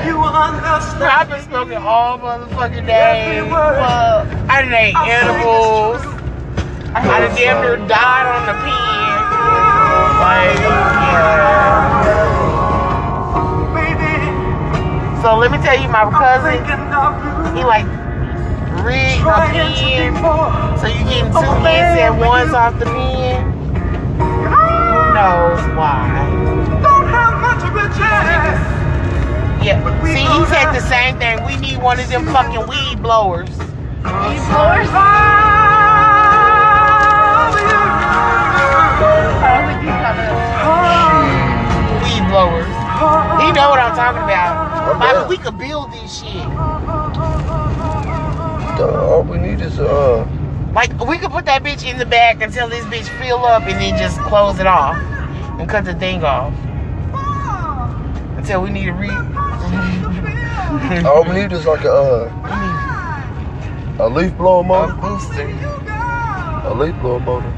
A: I've been smoking all motherfucking day. I done ate edibles. I done damn near died on the pen. Like, yeah. So let me tell you, my cousin, he like rigged a pen. So you getting two hits at once off the pen. Who knows why? Yeah. See, he said the same thing. We need one of them fucking weed blowers. Oh,
D: I think he got it.
A: Weed blowers. He know what I'm talking about.
B: Okay.
A: Bobby, we could build this shit.
B: like, duh, all we need is, uh,
A: Like we could put that bitch in the back until this bitch fill up and then just close it off and cut the thing off. Until we need to re
B: all we need is like a, uh, a leaf blower
A: a
B: motor.
A: booster.
B: A leaf blower motor.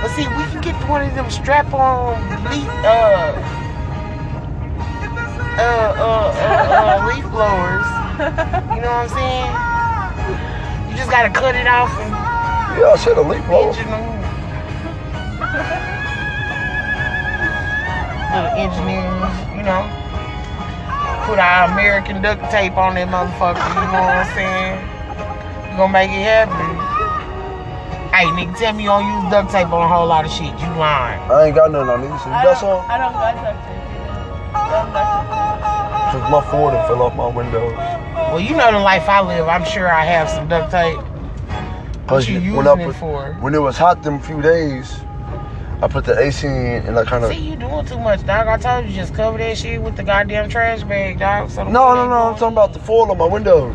A: But see, we can get one of them strap on leaf uh uh, uh, uh, uh, leaf blowers. You know what I'm saying? You just gotta cut it off and
B: Yeah, I said a leaf blower.
A: engineer. Little engineers, you know. Put our American duct tape on that motherfucker, you know what I'm saying? You gonna make it happen. Hey, nigga, tell me you don't use duct tape on a whole lot of shit. You lying.
B: I ain't got nothing on these. You got some?
D: I don't got duct
B: Took my Ford and fell off my windows.
A: Well, you know the life I live. I'm sure I have some duct tape. What you
B: when I
A: using it
B: put-
A: for?
B: When it was hot them few days, I put the AC in and I kind of.
A: See, you doing too much, dog. I told you, just cover that shit with the goddamn trash bag, dog. So the
B: No,
A: wind ain't
B: no, no. I'm
A: blowing.
B: talking about the foil on my windows.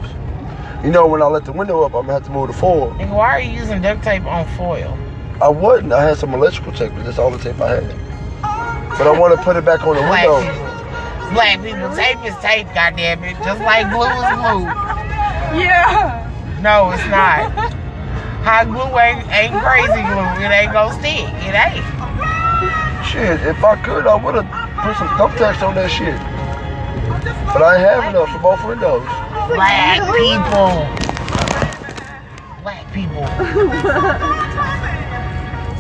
B: You know, when I let the window up, I'm gonna have to move the foil.
A: Nigga, why are you using duct tape on foil?
B: I wouldn't. I had some electrical tape, but that's all the tape I had. But I want to put it back on the
A: Black
B: window.
A: people. Black people. Tape is tape, goddamn it. Just like glue is glue.
D: Yeah.
A: No, it's not. Hot glue ain't, ain't crazy glue. It ain't gonna stick. It ain't.
B: Shit, if I could, I would have put some thumbtacks on that shit. But I ain't have enough for both windows.
A: Black people. Black people.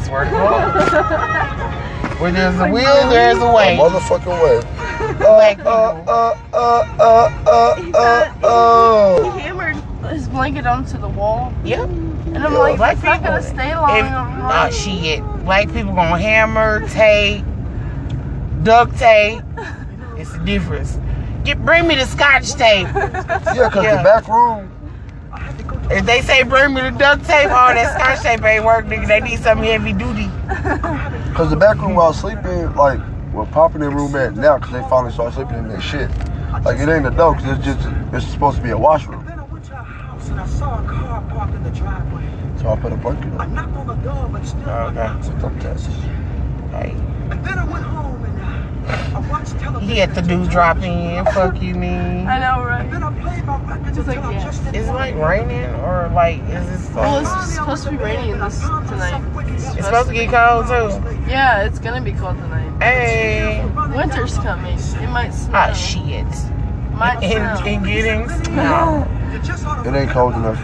A: Swear to God. Where there's a will, there's a
B: A
A: way. [laughs]
B: motherfucking way.
A: black people.
B: uh, uh, uh, uh, uh,
D: He
B: oh.
D: hammered his blanket onto the wall,
A: Yep.
D: and I'm
A: Yeah,
D: like,
A: black
D: it's not gonna
A: people.
D: stay long.
A: If,
D: I'm
A: oh
D: like,
A: shit. Black people gonna hammer, tape, duct tape. It's the difference. Get bring me the scotch tape.
B: Yeah, cause
A: Yeah.
B: the back room.
A: If they say bring me the duct tape, all that scotch tape ain't work, nigga. They need something heavy duty.
B: Cause the back room while sleeping, like, we're popping their room at now, cause they finally start sleeping in their shit. Like it ain't a door, cause it's just it's supposed to be a washroom.
G: Then I went to her house and I saw a car parked in the driveway.
B: So I put a blanket
G: I
B: on.
G: knocked on the door, but still
A: Oh,
G: no
A: okay.
G: answer.
B: Thumbtacks.
A: Like,
G: And then I went home and uh, I, I watched television.
A: he had the
G: until
A: dude drop in. Fuck you, mean.
D: I know, right?
G: Then I played my records
D: It's like,
G: until I
D: yeah.
G: just didn't
A: Is it
G: want
A: like
G: it.
A: raining or like is it
D: Well, it's
A: like,
D: just supposed to be raining this tonight.
A: it's supposed to get cold too?
D: Yeah, it's gonna be cold tonight.
A: Hey.
D: Winter's coming. It might snow.
A: Ah shit.
D: Might
A: And,
D: snow.
A: and getting
D: [laughs]
A: snow.
B: It ain't cold enough.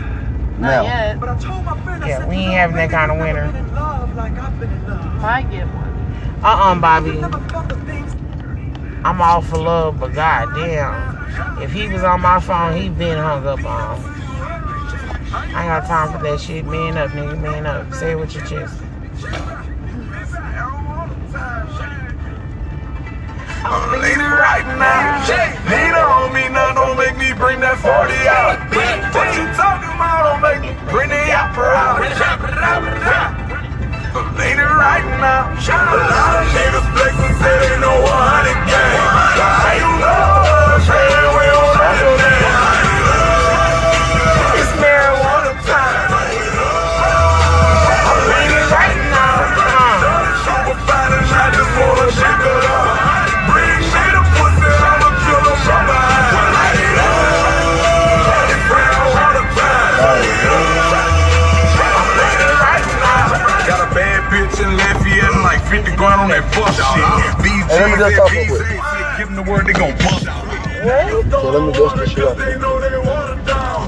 D: Not
B: Now.
G: [laughs]
D: yet.
G: But I told my friend, I
A: Yeah,
G: said,
A: we
G: "You
A: ain't
G: know,
A: having that
G: baby,
A: kind of
G: you've never
A: winter.
G: been in love like I've been in love.
D: Might get one.
A: Uh uh Bobby.
G: Never felt the things
A: I'm all for love, but goddamn, if he was on my phone, he been hung up on. I ain't got time for that shit. Man up, nigga. Man up. Say it with your chest.
F: Nina on me now, don't make me bring that 40 out. Bitch, what you talking about? Don't make me bring the opera out. But later right now, a lot of niggas flexing, say they know 100 gang. But how you love? Straight away on that It's marijuana time. I'm leaning right now. Super fine and I just wanna shake it up. Bring me the pussy, I'ma kill him from behind. Light it up. It's marijuana time. I'm leaning right now. Got a bad bitch in Lafayette and like 50 grand on that bus shit. These
B: Hey, let me just
F: G's and
B: talk real
F: B's
B: quick.
F: ain't shit. Give them the word, they gon' bust out.
B: So let me dust this shit up.
F: They know they wanna down.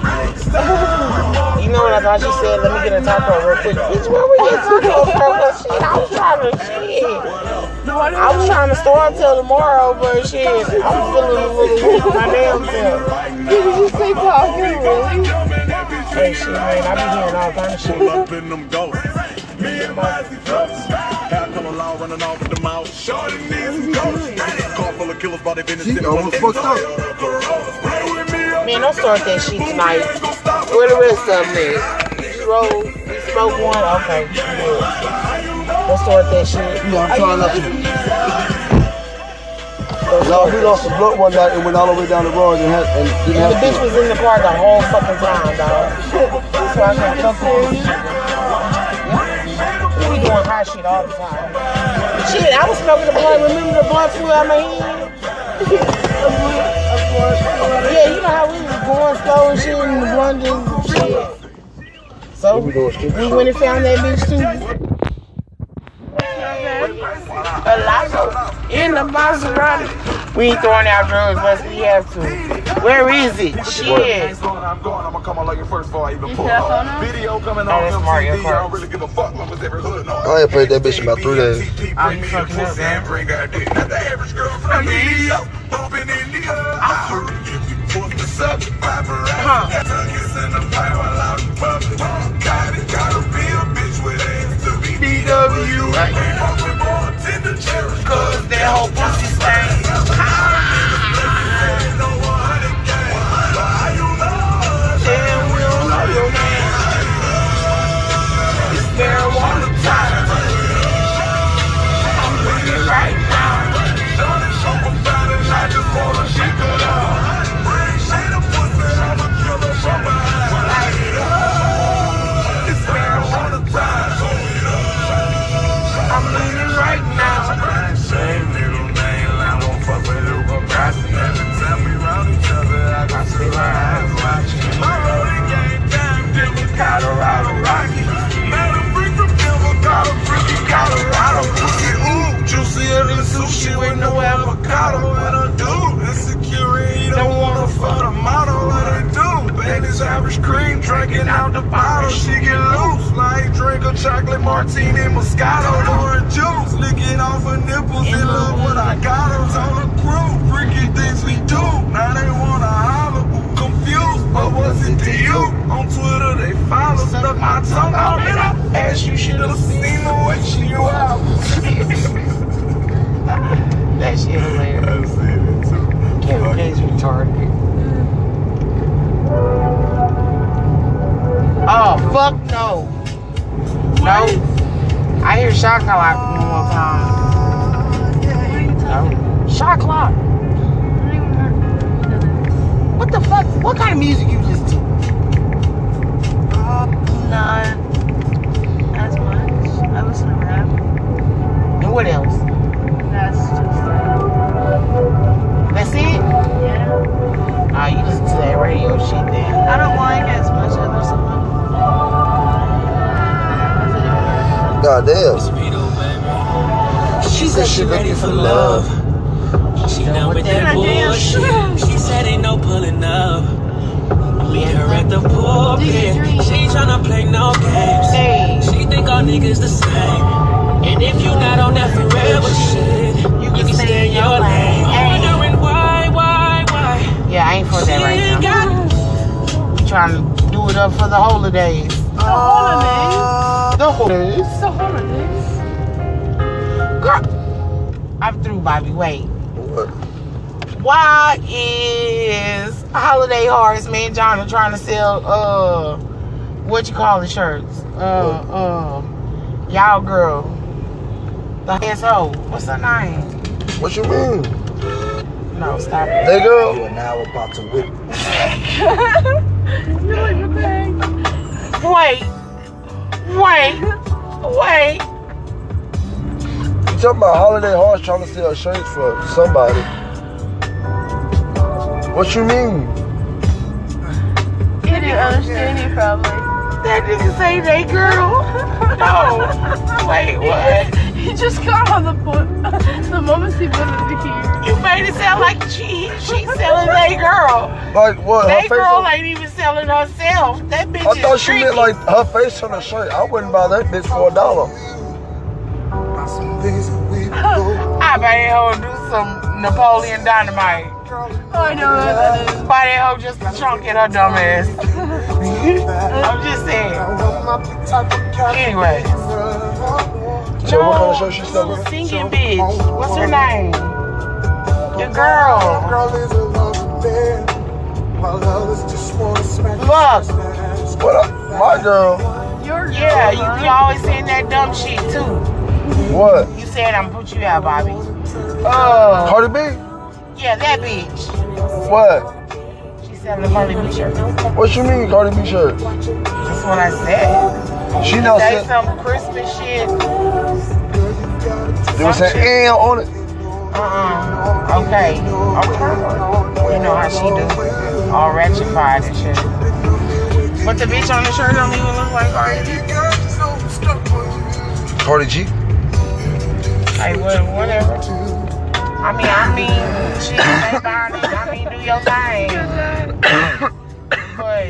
A: You know what I thought she said? Let me get a taco real quick. Bitch, where were your tacos [laughs] from? Cause shit, I was trying to shit. I was trying to store until tomorrow, but shit, I'm feeling a little weak my damn self. Hey, shit, man, I be hearing all kind of shit.
F: Pull up in them ghosts. Me and Mozzie Cups. How come a law running off with the mouth? Shorty needs some ghosts. Car full of killers, body been
B: He almost fucked up.
A: Man, don't start that shit tonight. Where the rest of them at? We roll, we smoke one, okay. Don't start that shit. Oh,
B: No, I'm trying not to. No, we lost a blunt one night and went all the way down the road and, had, and didn't
A: The
B: have
A: bitch
B: to.
A: was in the car the whole fucking time, dog. That's why I can't fuck with this shit. We doing hot shit all the time. Shit, I was smoking a blunt. Remember the blunt flew out my hand? yeah, you know how we was going slow and shit and the blunt just shit. So
B: We doing stupid
A: we
B: shit.
A: went and found that bitch too. A lot in the Maserati. We ain't throwing out drugs unless we have to. Where is it? Shit.
F: I'm going, I'ma come on like your first before I even
A: [laughs]
D: You
F: pull
D: see that phone
F: up.
D: now?
F: Video coming
A: Oh,
F: on
A: that's
F: MTV,
A: Mario
F: I
A: Kart.
F: don't really give a fuck what was ever hood on.
B: I ain't played that bitch in about three days.
A: I'm fucking up, man.
F: Bring her dick. Not the average girl from the EO, bumping in the hood. I heard if you fuck this up,
A: Huh.
F: paparazzi. That's a kiss in the fire while out in public. Gotta, gotta be a bitch with ass to be DW. Right. We fuck with bartender cherries, cause that whole pussy stank. Damn, we don't love your man. It's marijuana time. I'm with it right now. Done it so profound and I just wanna shake it up. Bring shade of pussy, I'm a killer from behind. Light it up. It's marijuana time. I'm leaning right now. Same little name, I won't fuck with you, but Grassy. Every time we round each other, I got to lie watching. My rolling game down, different Colorado Rockies. Met a freak from Denver, got a freaky Colorado pussy. Ooh, juicier than sushi with no avocado. What I do? Insecure, he don't wanna fuck the model. What I do? Baby's Irish cream, drinking out the bottle. She get loose, like drink a chocolate martini, Moscato, orange juice. Licking off her nipples, in love what I got. her. on the crew, free
A: [laughs] Oh, shot clock one more time. No. Shot clock. What the fuck? What kind of music you listen to?
D: Not as much. I listen to rap.
A: And what else?
D: That's just
A: That's it?
D: yeah.
A: Ah, you listen to that radio shit then.
D: I don't like it as much as I listen to.
B: God damn.
A: She said she ready for love. She done with that bullshit.
H: She said ain't no pulling up. Meet her at the pulpit. She ain't tryna play no games.
A: Hey,
H: She think all niggas the same. And if you not on that forever shit, you can stay in your lane. Wondering why, why, why?
A: yeah, I ain't for
H: She
A: that right
H: ain't
A: now.
H: got
A: We trying to do it up for the holidays. The holidays. The holidays. Girl, I'm through, Bobby. Wait.
B: What?
A: Why is Holiday Harvest Man John trying to sell uh what you call the shirts? Uh um y'all girl. The SO. What's her name?
B: What you mean?
A: No, stop it.
B: Hey girl.
I: are now about to whip.
A: Wait. Wait. Wait.
B: You talking about Holiday Hearts trying to sell shirts for somebody. What you mean?
D: Can you understand you probably? [laughs]
A: That nigga say they girl. No. Wait, what?
D: He just got on the boat. [laughs] the moment he wanted to hear.
A: You made it sound like she she's selling they girl.
B: Like what?
A: They
B: face
A: girl
B: on-
A: ain't even selling herself. That bitch
B: Uh, I thought
A: is
B: she
A: tricky.
B: meant like her face on a shirt. I wouldn't buy that bitch for a dollar.
A: I bet that hoe do some Napoleon Dynamite.
D: [laughs] Oh, I know what that is.
A: Buy that hoe just to chunk at her dumb ass. I'm just saying. Anyway.
B: So what kind of shirt she
A: No,
B: selling?
A: little Singing bitch. What's her name? The girl. Look.
B: What up? My girl.
D: Your
A: Yeah,
D: girl, huh?
A: you, you always saying that dumb shit too.
B: What?
A: You said I'm put you out, Bobby. Uh,
B: Cardi B?
A: yeah, that bitch.
B: What?
A: She selling Harley B shirt.
B: What you mean Cardi B shirt?
A: That's what I said.
B: She not
A: Say
B: said
A: some Christmas shit.
B: they was saying and on it.
A: Uh-uh. Okay. Okay. You know how she do. All ratchetified and shit. But the bitch on the shirt don't even look like her.
B: Cardi [laughs] G?
A: Like, well, whatever. I mean, I mean, she ain't buying it. I mean, do your thing. But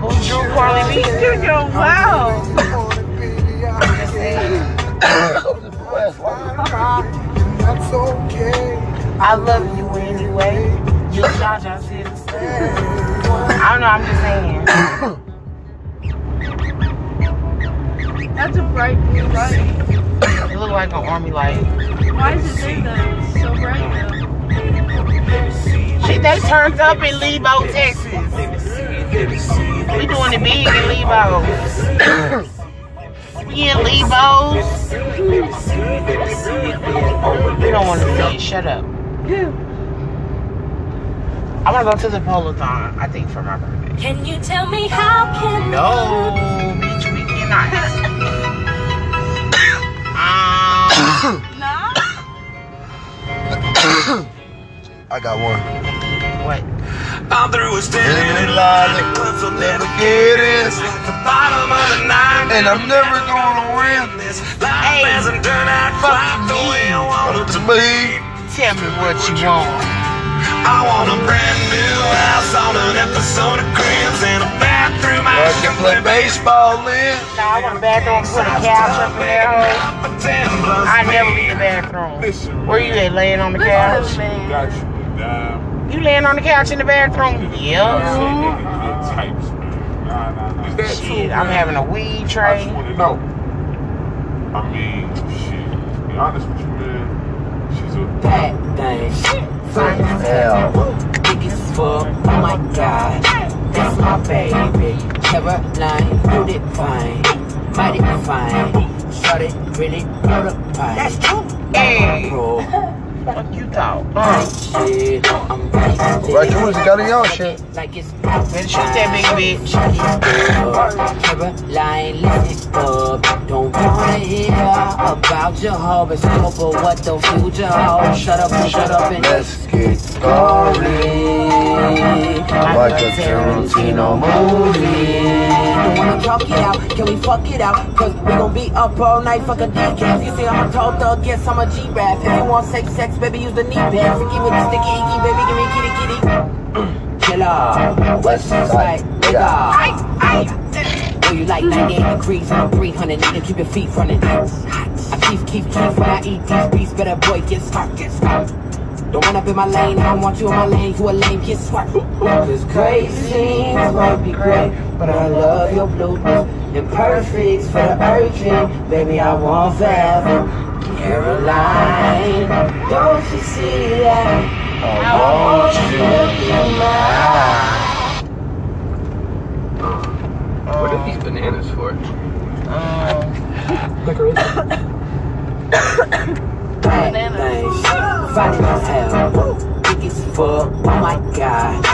A: who drew Carly B? You know, wow. I love you anyway. You y'all just said the same. I don't know. I'm just saying.
D: That's a bright blue light.
A: It look like an army light.
D: Why is it doing that? It's so bright now.
A: She, they turned up in Lebo, Texas. We doing it big in Lebo. [coughs] we in Lebo. We don't want to see it. Shut up. I want to go to the polothon. I think for my birthday.
E: Can you tell me how can
A: No, bitch, we cannot. [coughs] Um, [coughs]
D: No?
B: I got one.
A: what?
F: I'm through with standing in line. The clubs will never
B: It is.
F: at the bottom of the nine.
B: And I'm never gonna win.
F: This life hasn't turned out quite the way I wanted
B: But
F: to
B: to me,
F: be.
A: Tell me what you want.
F: I want a brand new house on an episode of Cribs and a bathroom I
B: I can
F: can
B: play baseball in.
A: No, I went to the bathroom, put a couch up in there. hoe. oh. I never leave the bathroom. Where you at? Laying on the
D: Oh,
A: couch?
F: Got you, man.
A: You laying on the couch in the bathroom? Yeah.
F: Is that
A: Shit, I'm having a weed
F: I just
A: tray.
F: want to know. I mean, shit. To be honest with you, man, she's a dog.
H: that shit.
B: Hell.
H: Big as fuck. Oh my god. That's my baby. Caroline, do it fine. Mighty fine. Started really out of pie.
A: That's true. Hey,
H: Bro,
A: what you thought? Uh,
H: shit, I'm right there.
B: Right, you was got in y'all shit.
H: Like it's
A: better shoot that big bitch.
H: Caroline, listen up. Don't wanna hear about Jehovah's hope or what the future holds. Shut up, and shut up, and
B: Let's get started. Like a Tarantino movie.
H: Don't wanna talk it out, can we fuck it out? Cause we gon' be up all night, fuck a dick ass. You see, I'm a tall thug, yes, I'm a G-Rap. If you want safe sex, baby, use the knee pad. Freaky with the sticky icky, baby, give me kitty kitty. Mm, Killer, what's this like, nigga? Boy, Oh, you like 98 degrees and I'm 300, nigga, keep your feet running. I keep, keep, keep, when I eat these beats, better boy, get stuck, get stuck. Don't run up in my lane, I don't want you in my lane, you a lame, get swept. Cause crazy scenes might be great, but I love your bloopers. The perfects for the urgent, baby, I won't fathom. Caroline, don't you see that?
B: I want you to be mine.
E: What are these bananas for?
A: Um,
H: Bad things, funny as hell. Big as fuck, oh my god.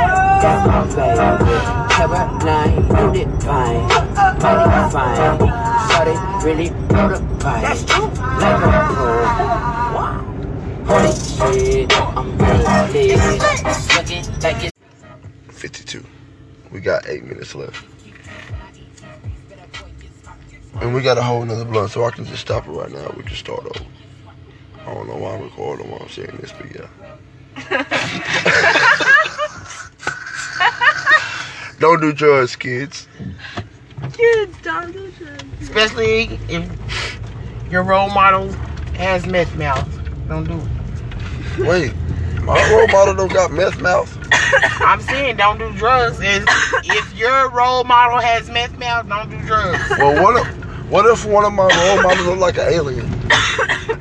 H: That's my baby. Caroline, you did fine. Mighty fine. Started really mortified. That's true. Like a pro. Holy shit, I'm really lit. Looking like it's
B: 52. We got eight minutes left. And we got a whole nother blunt, so I can just stop it right now. We can start over. I don't know why I'm recording while I'm saying this, but yeah. don't do drugs, kids.
D: Kids, don't do drugs.
A: especially if your role model has meth mouth. Don't do it.
B: Wait, my role model don't got meth mouth.
A: I'm saying don't do drugs. If, if your role model has meth mouth, don't do drugs.
B: Well, what if, what if one of my role models look like an alien?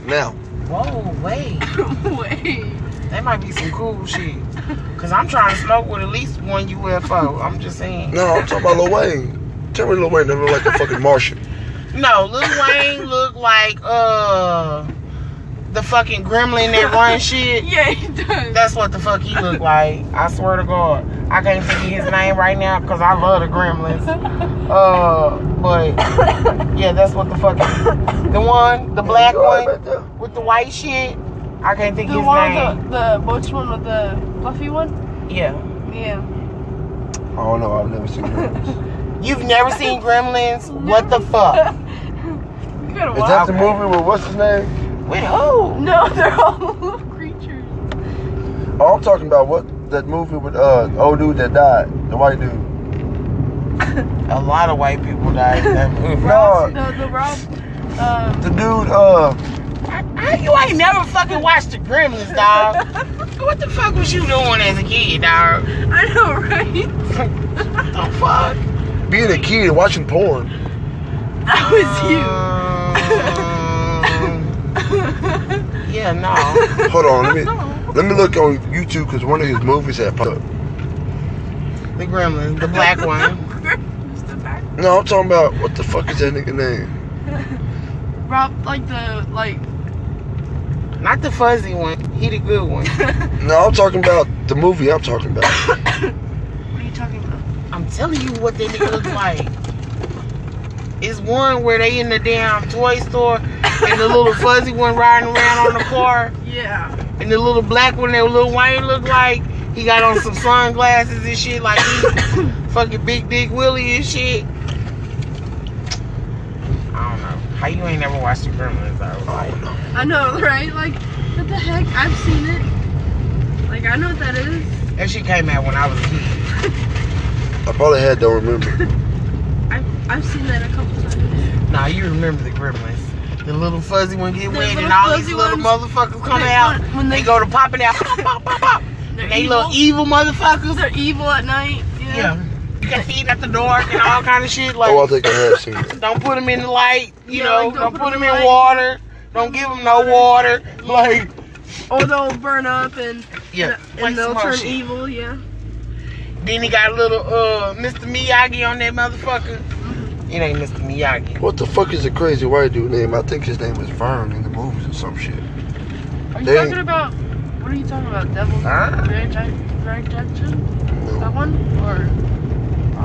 B: Now,
A: Whoa, wait.
D: [laughs] Wait.
A: That might be some cool shit. Cause I'm trying to smoke with at least one UFO. I'm just saying.
B: no, I'm talking about Lil Wayne. Tell me Lil Wayne never look like a fucking Martian.
A: No, Lil Wayne look like uh the fucking gremlin that runs shit.
D: Yeah, he does.
A: That's what the fuck he look like. I swear to God, I can't forget his name right now because I love the Gremlins. Uh, but yeah, that's what the fuck. The one, the black
B: You alright
A: one
B: back there?
A: with the white shit. I can't think
D: The
A: his
D: one,
A: name.
D: the, the which one with the fluffy one?
A: Yeah,
D: Yeah.
B: I don't know. I've never seen him.
A: you've never seen Gremlins? What the
B: [laughs]
A: fuck?
D: You gotta
B: Is that
D: watch.
B: the
D: Oh,
B: movie with what's his name?
A: With who?
D: No, [laughs] they're all little creatures.
B: Oh, I'm talking about what that movie with uh old dude that died, the white dude.
A: A lot of white people died. in [laughs] that movie.
B: No,
D: The the Rob. Um,
B: the dude. Uh,
A: How you ain't never fucking watched the Gremlins, dog? What the fuck was you doing as a kid, dog?
D: I know, right? [laughs]
A: The fuck?
B: being a kid watching porn.
D: That was you.
A: Um, [laughs] yeah, no.
B: Hold on, let me let me look on YouTube because one of his movies had popped up.
A: The gremlin, the black one.
D: Just the back.
B: No, I'm talking about what the fuck is that nigga name?
D: [laughs] Rob, like the like.
A: Not the fuzzy one. He the good one.
B: No, I'm talking about the movie I'm talking about.
D: What are you talking about?
A: I'm telling you what that nigga looks like. It's one where they in the damn toy store and the little fuzzy one riding around on the car
D: Yeah.
A: and the little black one that little Wayne look like. He got on some sunglasses and shit like he [coughs] fucking Big Dick Willie and shit. I don't know. How you ain't never watched the Gremlins though? Like,
D: I know, [laughs] right? Like, what the heck? I've seen it. Like, I know what that is.
A: That shit came out when I was a kid.
B: I probably had don't remember.
D: I've I've seen that a couple times.
A: Nah, you remember the Gremlins. The little fuzzy one get
D: The
A: wet and
D: little
A: all these
D: fuzzy
A: little
D: ones,
A: motherfuckers come
D: they-
A: out.
D: when-
A: When,
D: when
A: they,
D: they-
A: go to popping out, pop, pop, pop, [laughs] pop.
D: They're
A: They
D: evil.
A: little
B: e-
A: evil motherfuckers.
D: They're evil at night. Yeah.
A: yeah. You got feeding at the dark and all kind of shit. Like,
B: Oh, I think I have seen it.
A: don't put them in the light. You
D: Yeah,
A: know,
D: like,
A: don't, put them in
D: light.
A: water. Don't give them no water. Like,
D: Or they'll burn up and
A: yeah.
D: and they'll
A: some other
D: turn
A: shit.
D: evil. Yeah.
A: Then he got a little uh Mr. Miyagi on that motherfucker. It ain't Mr. Miyagi.
B: What the fuck is a crazy white dude name? I think his name is Vern in the movies or some shit.
D: Are you
B: They- Ah.
D: talking about? What are you talking about? Devil?
A: Huh?
D: Grand Jack- Grand Jackson? That one? Or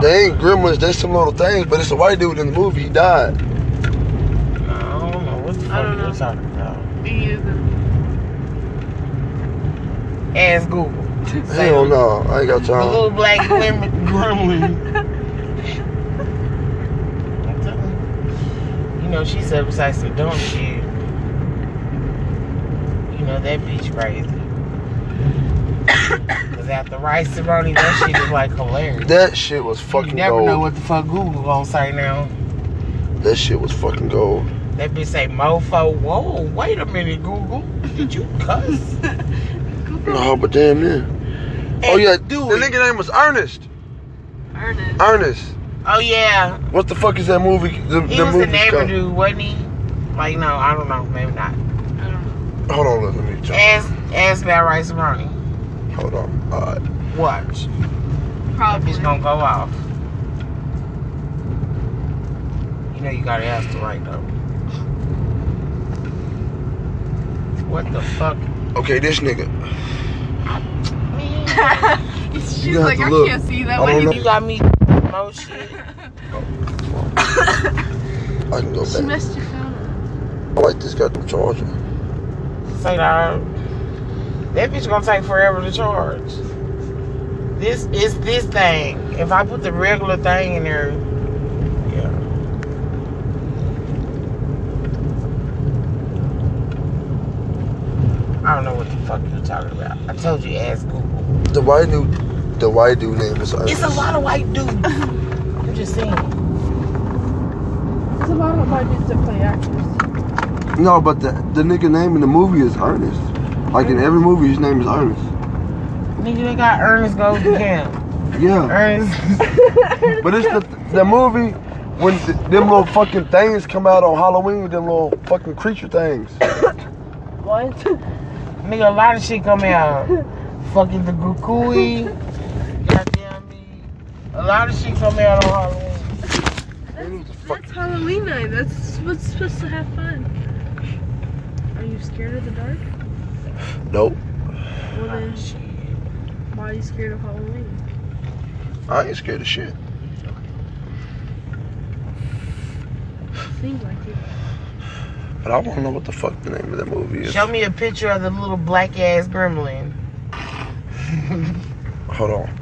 B: They ain't gremlins, they some little things, but it's a white dude in the movie. He died.
A: I don't know what the
D: I
A: fuck
D: don't
A: you
D: know.
A: talking about.
D: me either?
A: Ask Google.
B: Hell no, I ain't got
A: The
B: time.
A: little black women
B: [laughs]
A: gremlin. I'm telling you. You know, she said besides some dumb shit. You know, that bitch crazy. [coughs] Cause after rice and roni, that shit is like hilarious.
B: That shit was
A: you
B: fucking
A: never know
B: gold.
A: what the fuck Google gonna say now.
B: That shit was fucking gold.
A: That bitch say mofo. Whoa, wait a minute, Google. Did you
B: [laughs]
A: cuss?
B: No, but damn yeah. Oh yeah, dude. The nigga name was Ernest.
D: Ernest.
B: Ernest.
A: Oh yeah,
B: What the fuck is that movie?
A: he
B: The, the
A: was the
B: movie's
A: neighbor
B: called-
A: dude, wasn't he? Like no, I don't know, maybe not.
D: I don't know.
B: Hold on, let me check.
A: Ask ask about rice and roni.
B: Hold on. All right.
A: Watch. That
D: Probably.
A: bitch
D: [laughs]
A: gonna go off. You know you gotta ask the right though. What the fuck?
B: Okay, this nigga.
D: She's
B: You gonna
D: like,
B: have
D: I
B: to look.
D: can't see
B: I
D: that.
B: don't
D: What
B: know.
A: You got me no shit.
B: I can go
D: She
B: back.
D: messed your phone.
B: I like this goddamn charger.
A: Say dog. That bitch gonna take forever to charge. This is this thing. If I put the regular thing in there, yeah. I don't know what the fuck you're talking about. I told you ask Google.
B: The white dude. The white dude name was Ernest.
A: It's a lot of white dudes. [laughs] I'm just saying.
D: There's a lot of budgets to play actors.
B: No, but the the nigga name in the movie is Ernest. Like in every movie, his name is Ernest.
A: Nigga, they got Ernest Goes to Camp.
B: Yeah.
A: Ernest.
B: But it's the the movie when th them little fucking things come out on Halloween, them little fucking creature things.
D: What?
A: Nigga, a lot of shit come out. Fucking the Gukui. Goddamn me. A lot of shit come out on Halloween.
D: [laughs] That's Halloween night. That's what's supposed to have fun. Are you scared of the dark?
B: Nope.
D: Well then, why are you scared of Halloween?
B: I ain't scared of shit.
D: Seems like it.
B: But I wanna know what the fuck the name of that movie is.
A: Show me a picture of the little black ass gremlin.
B: Hold on.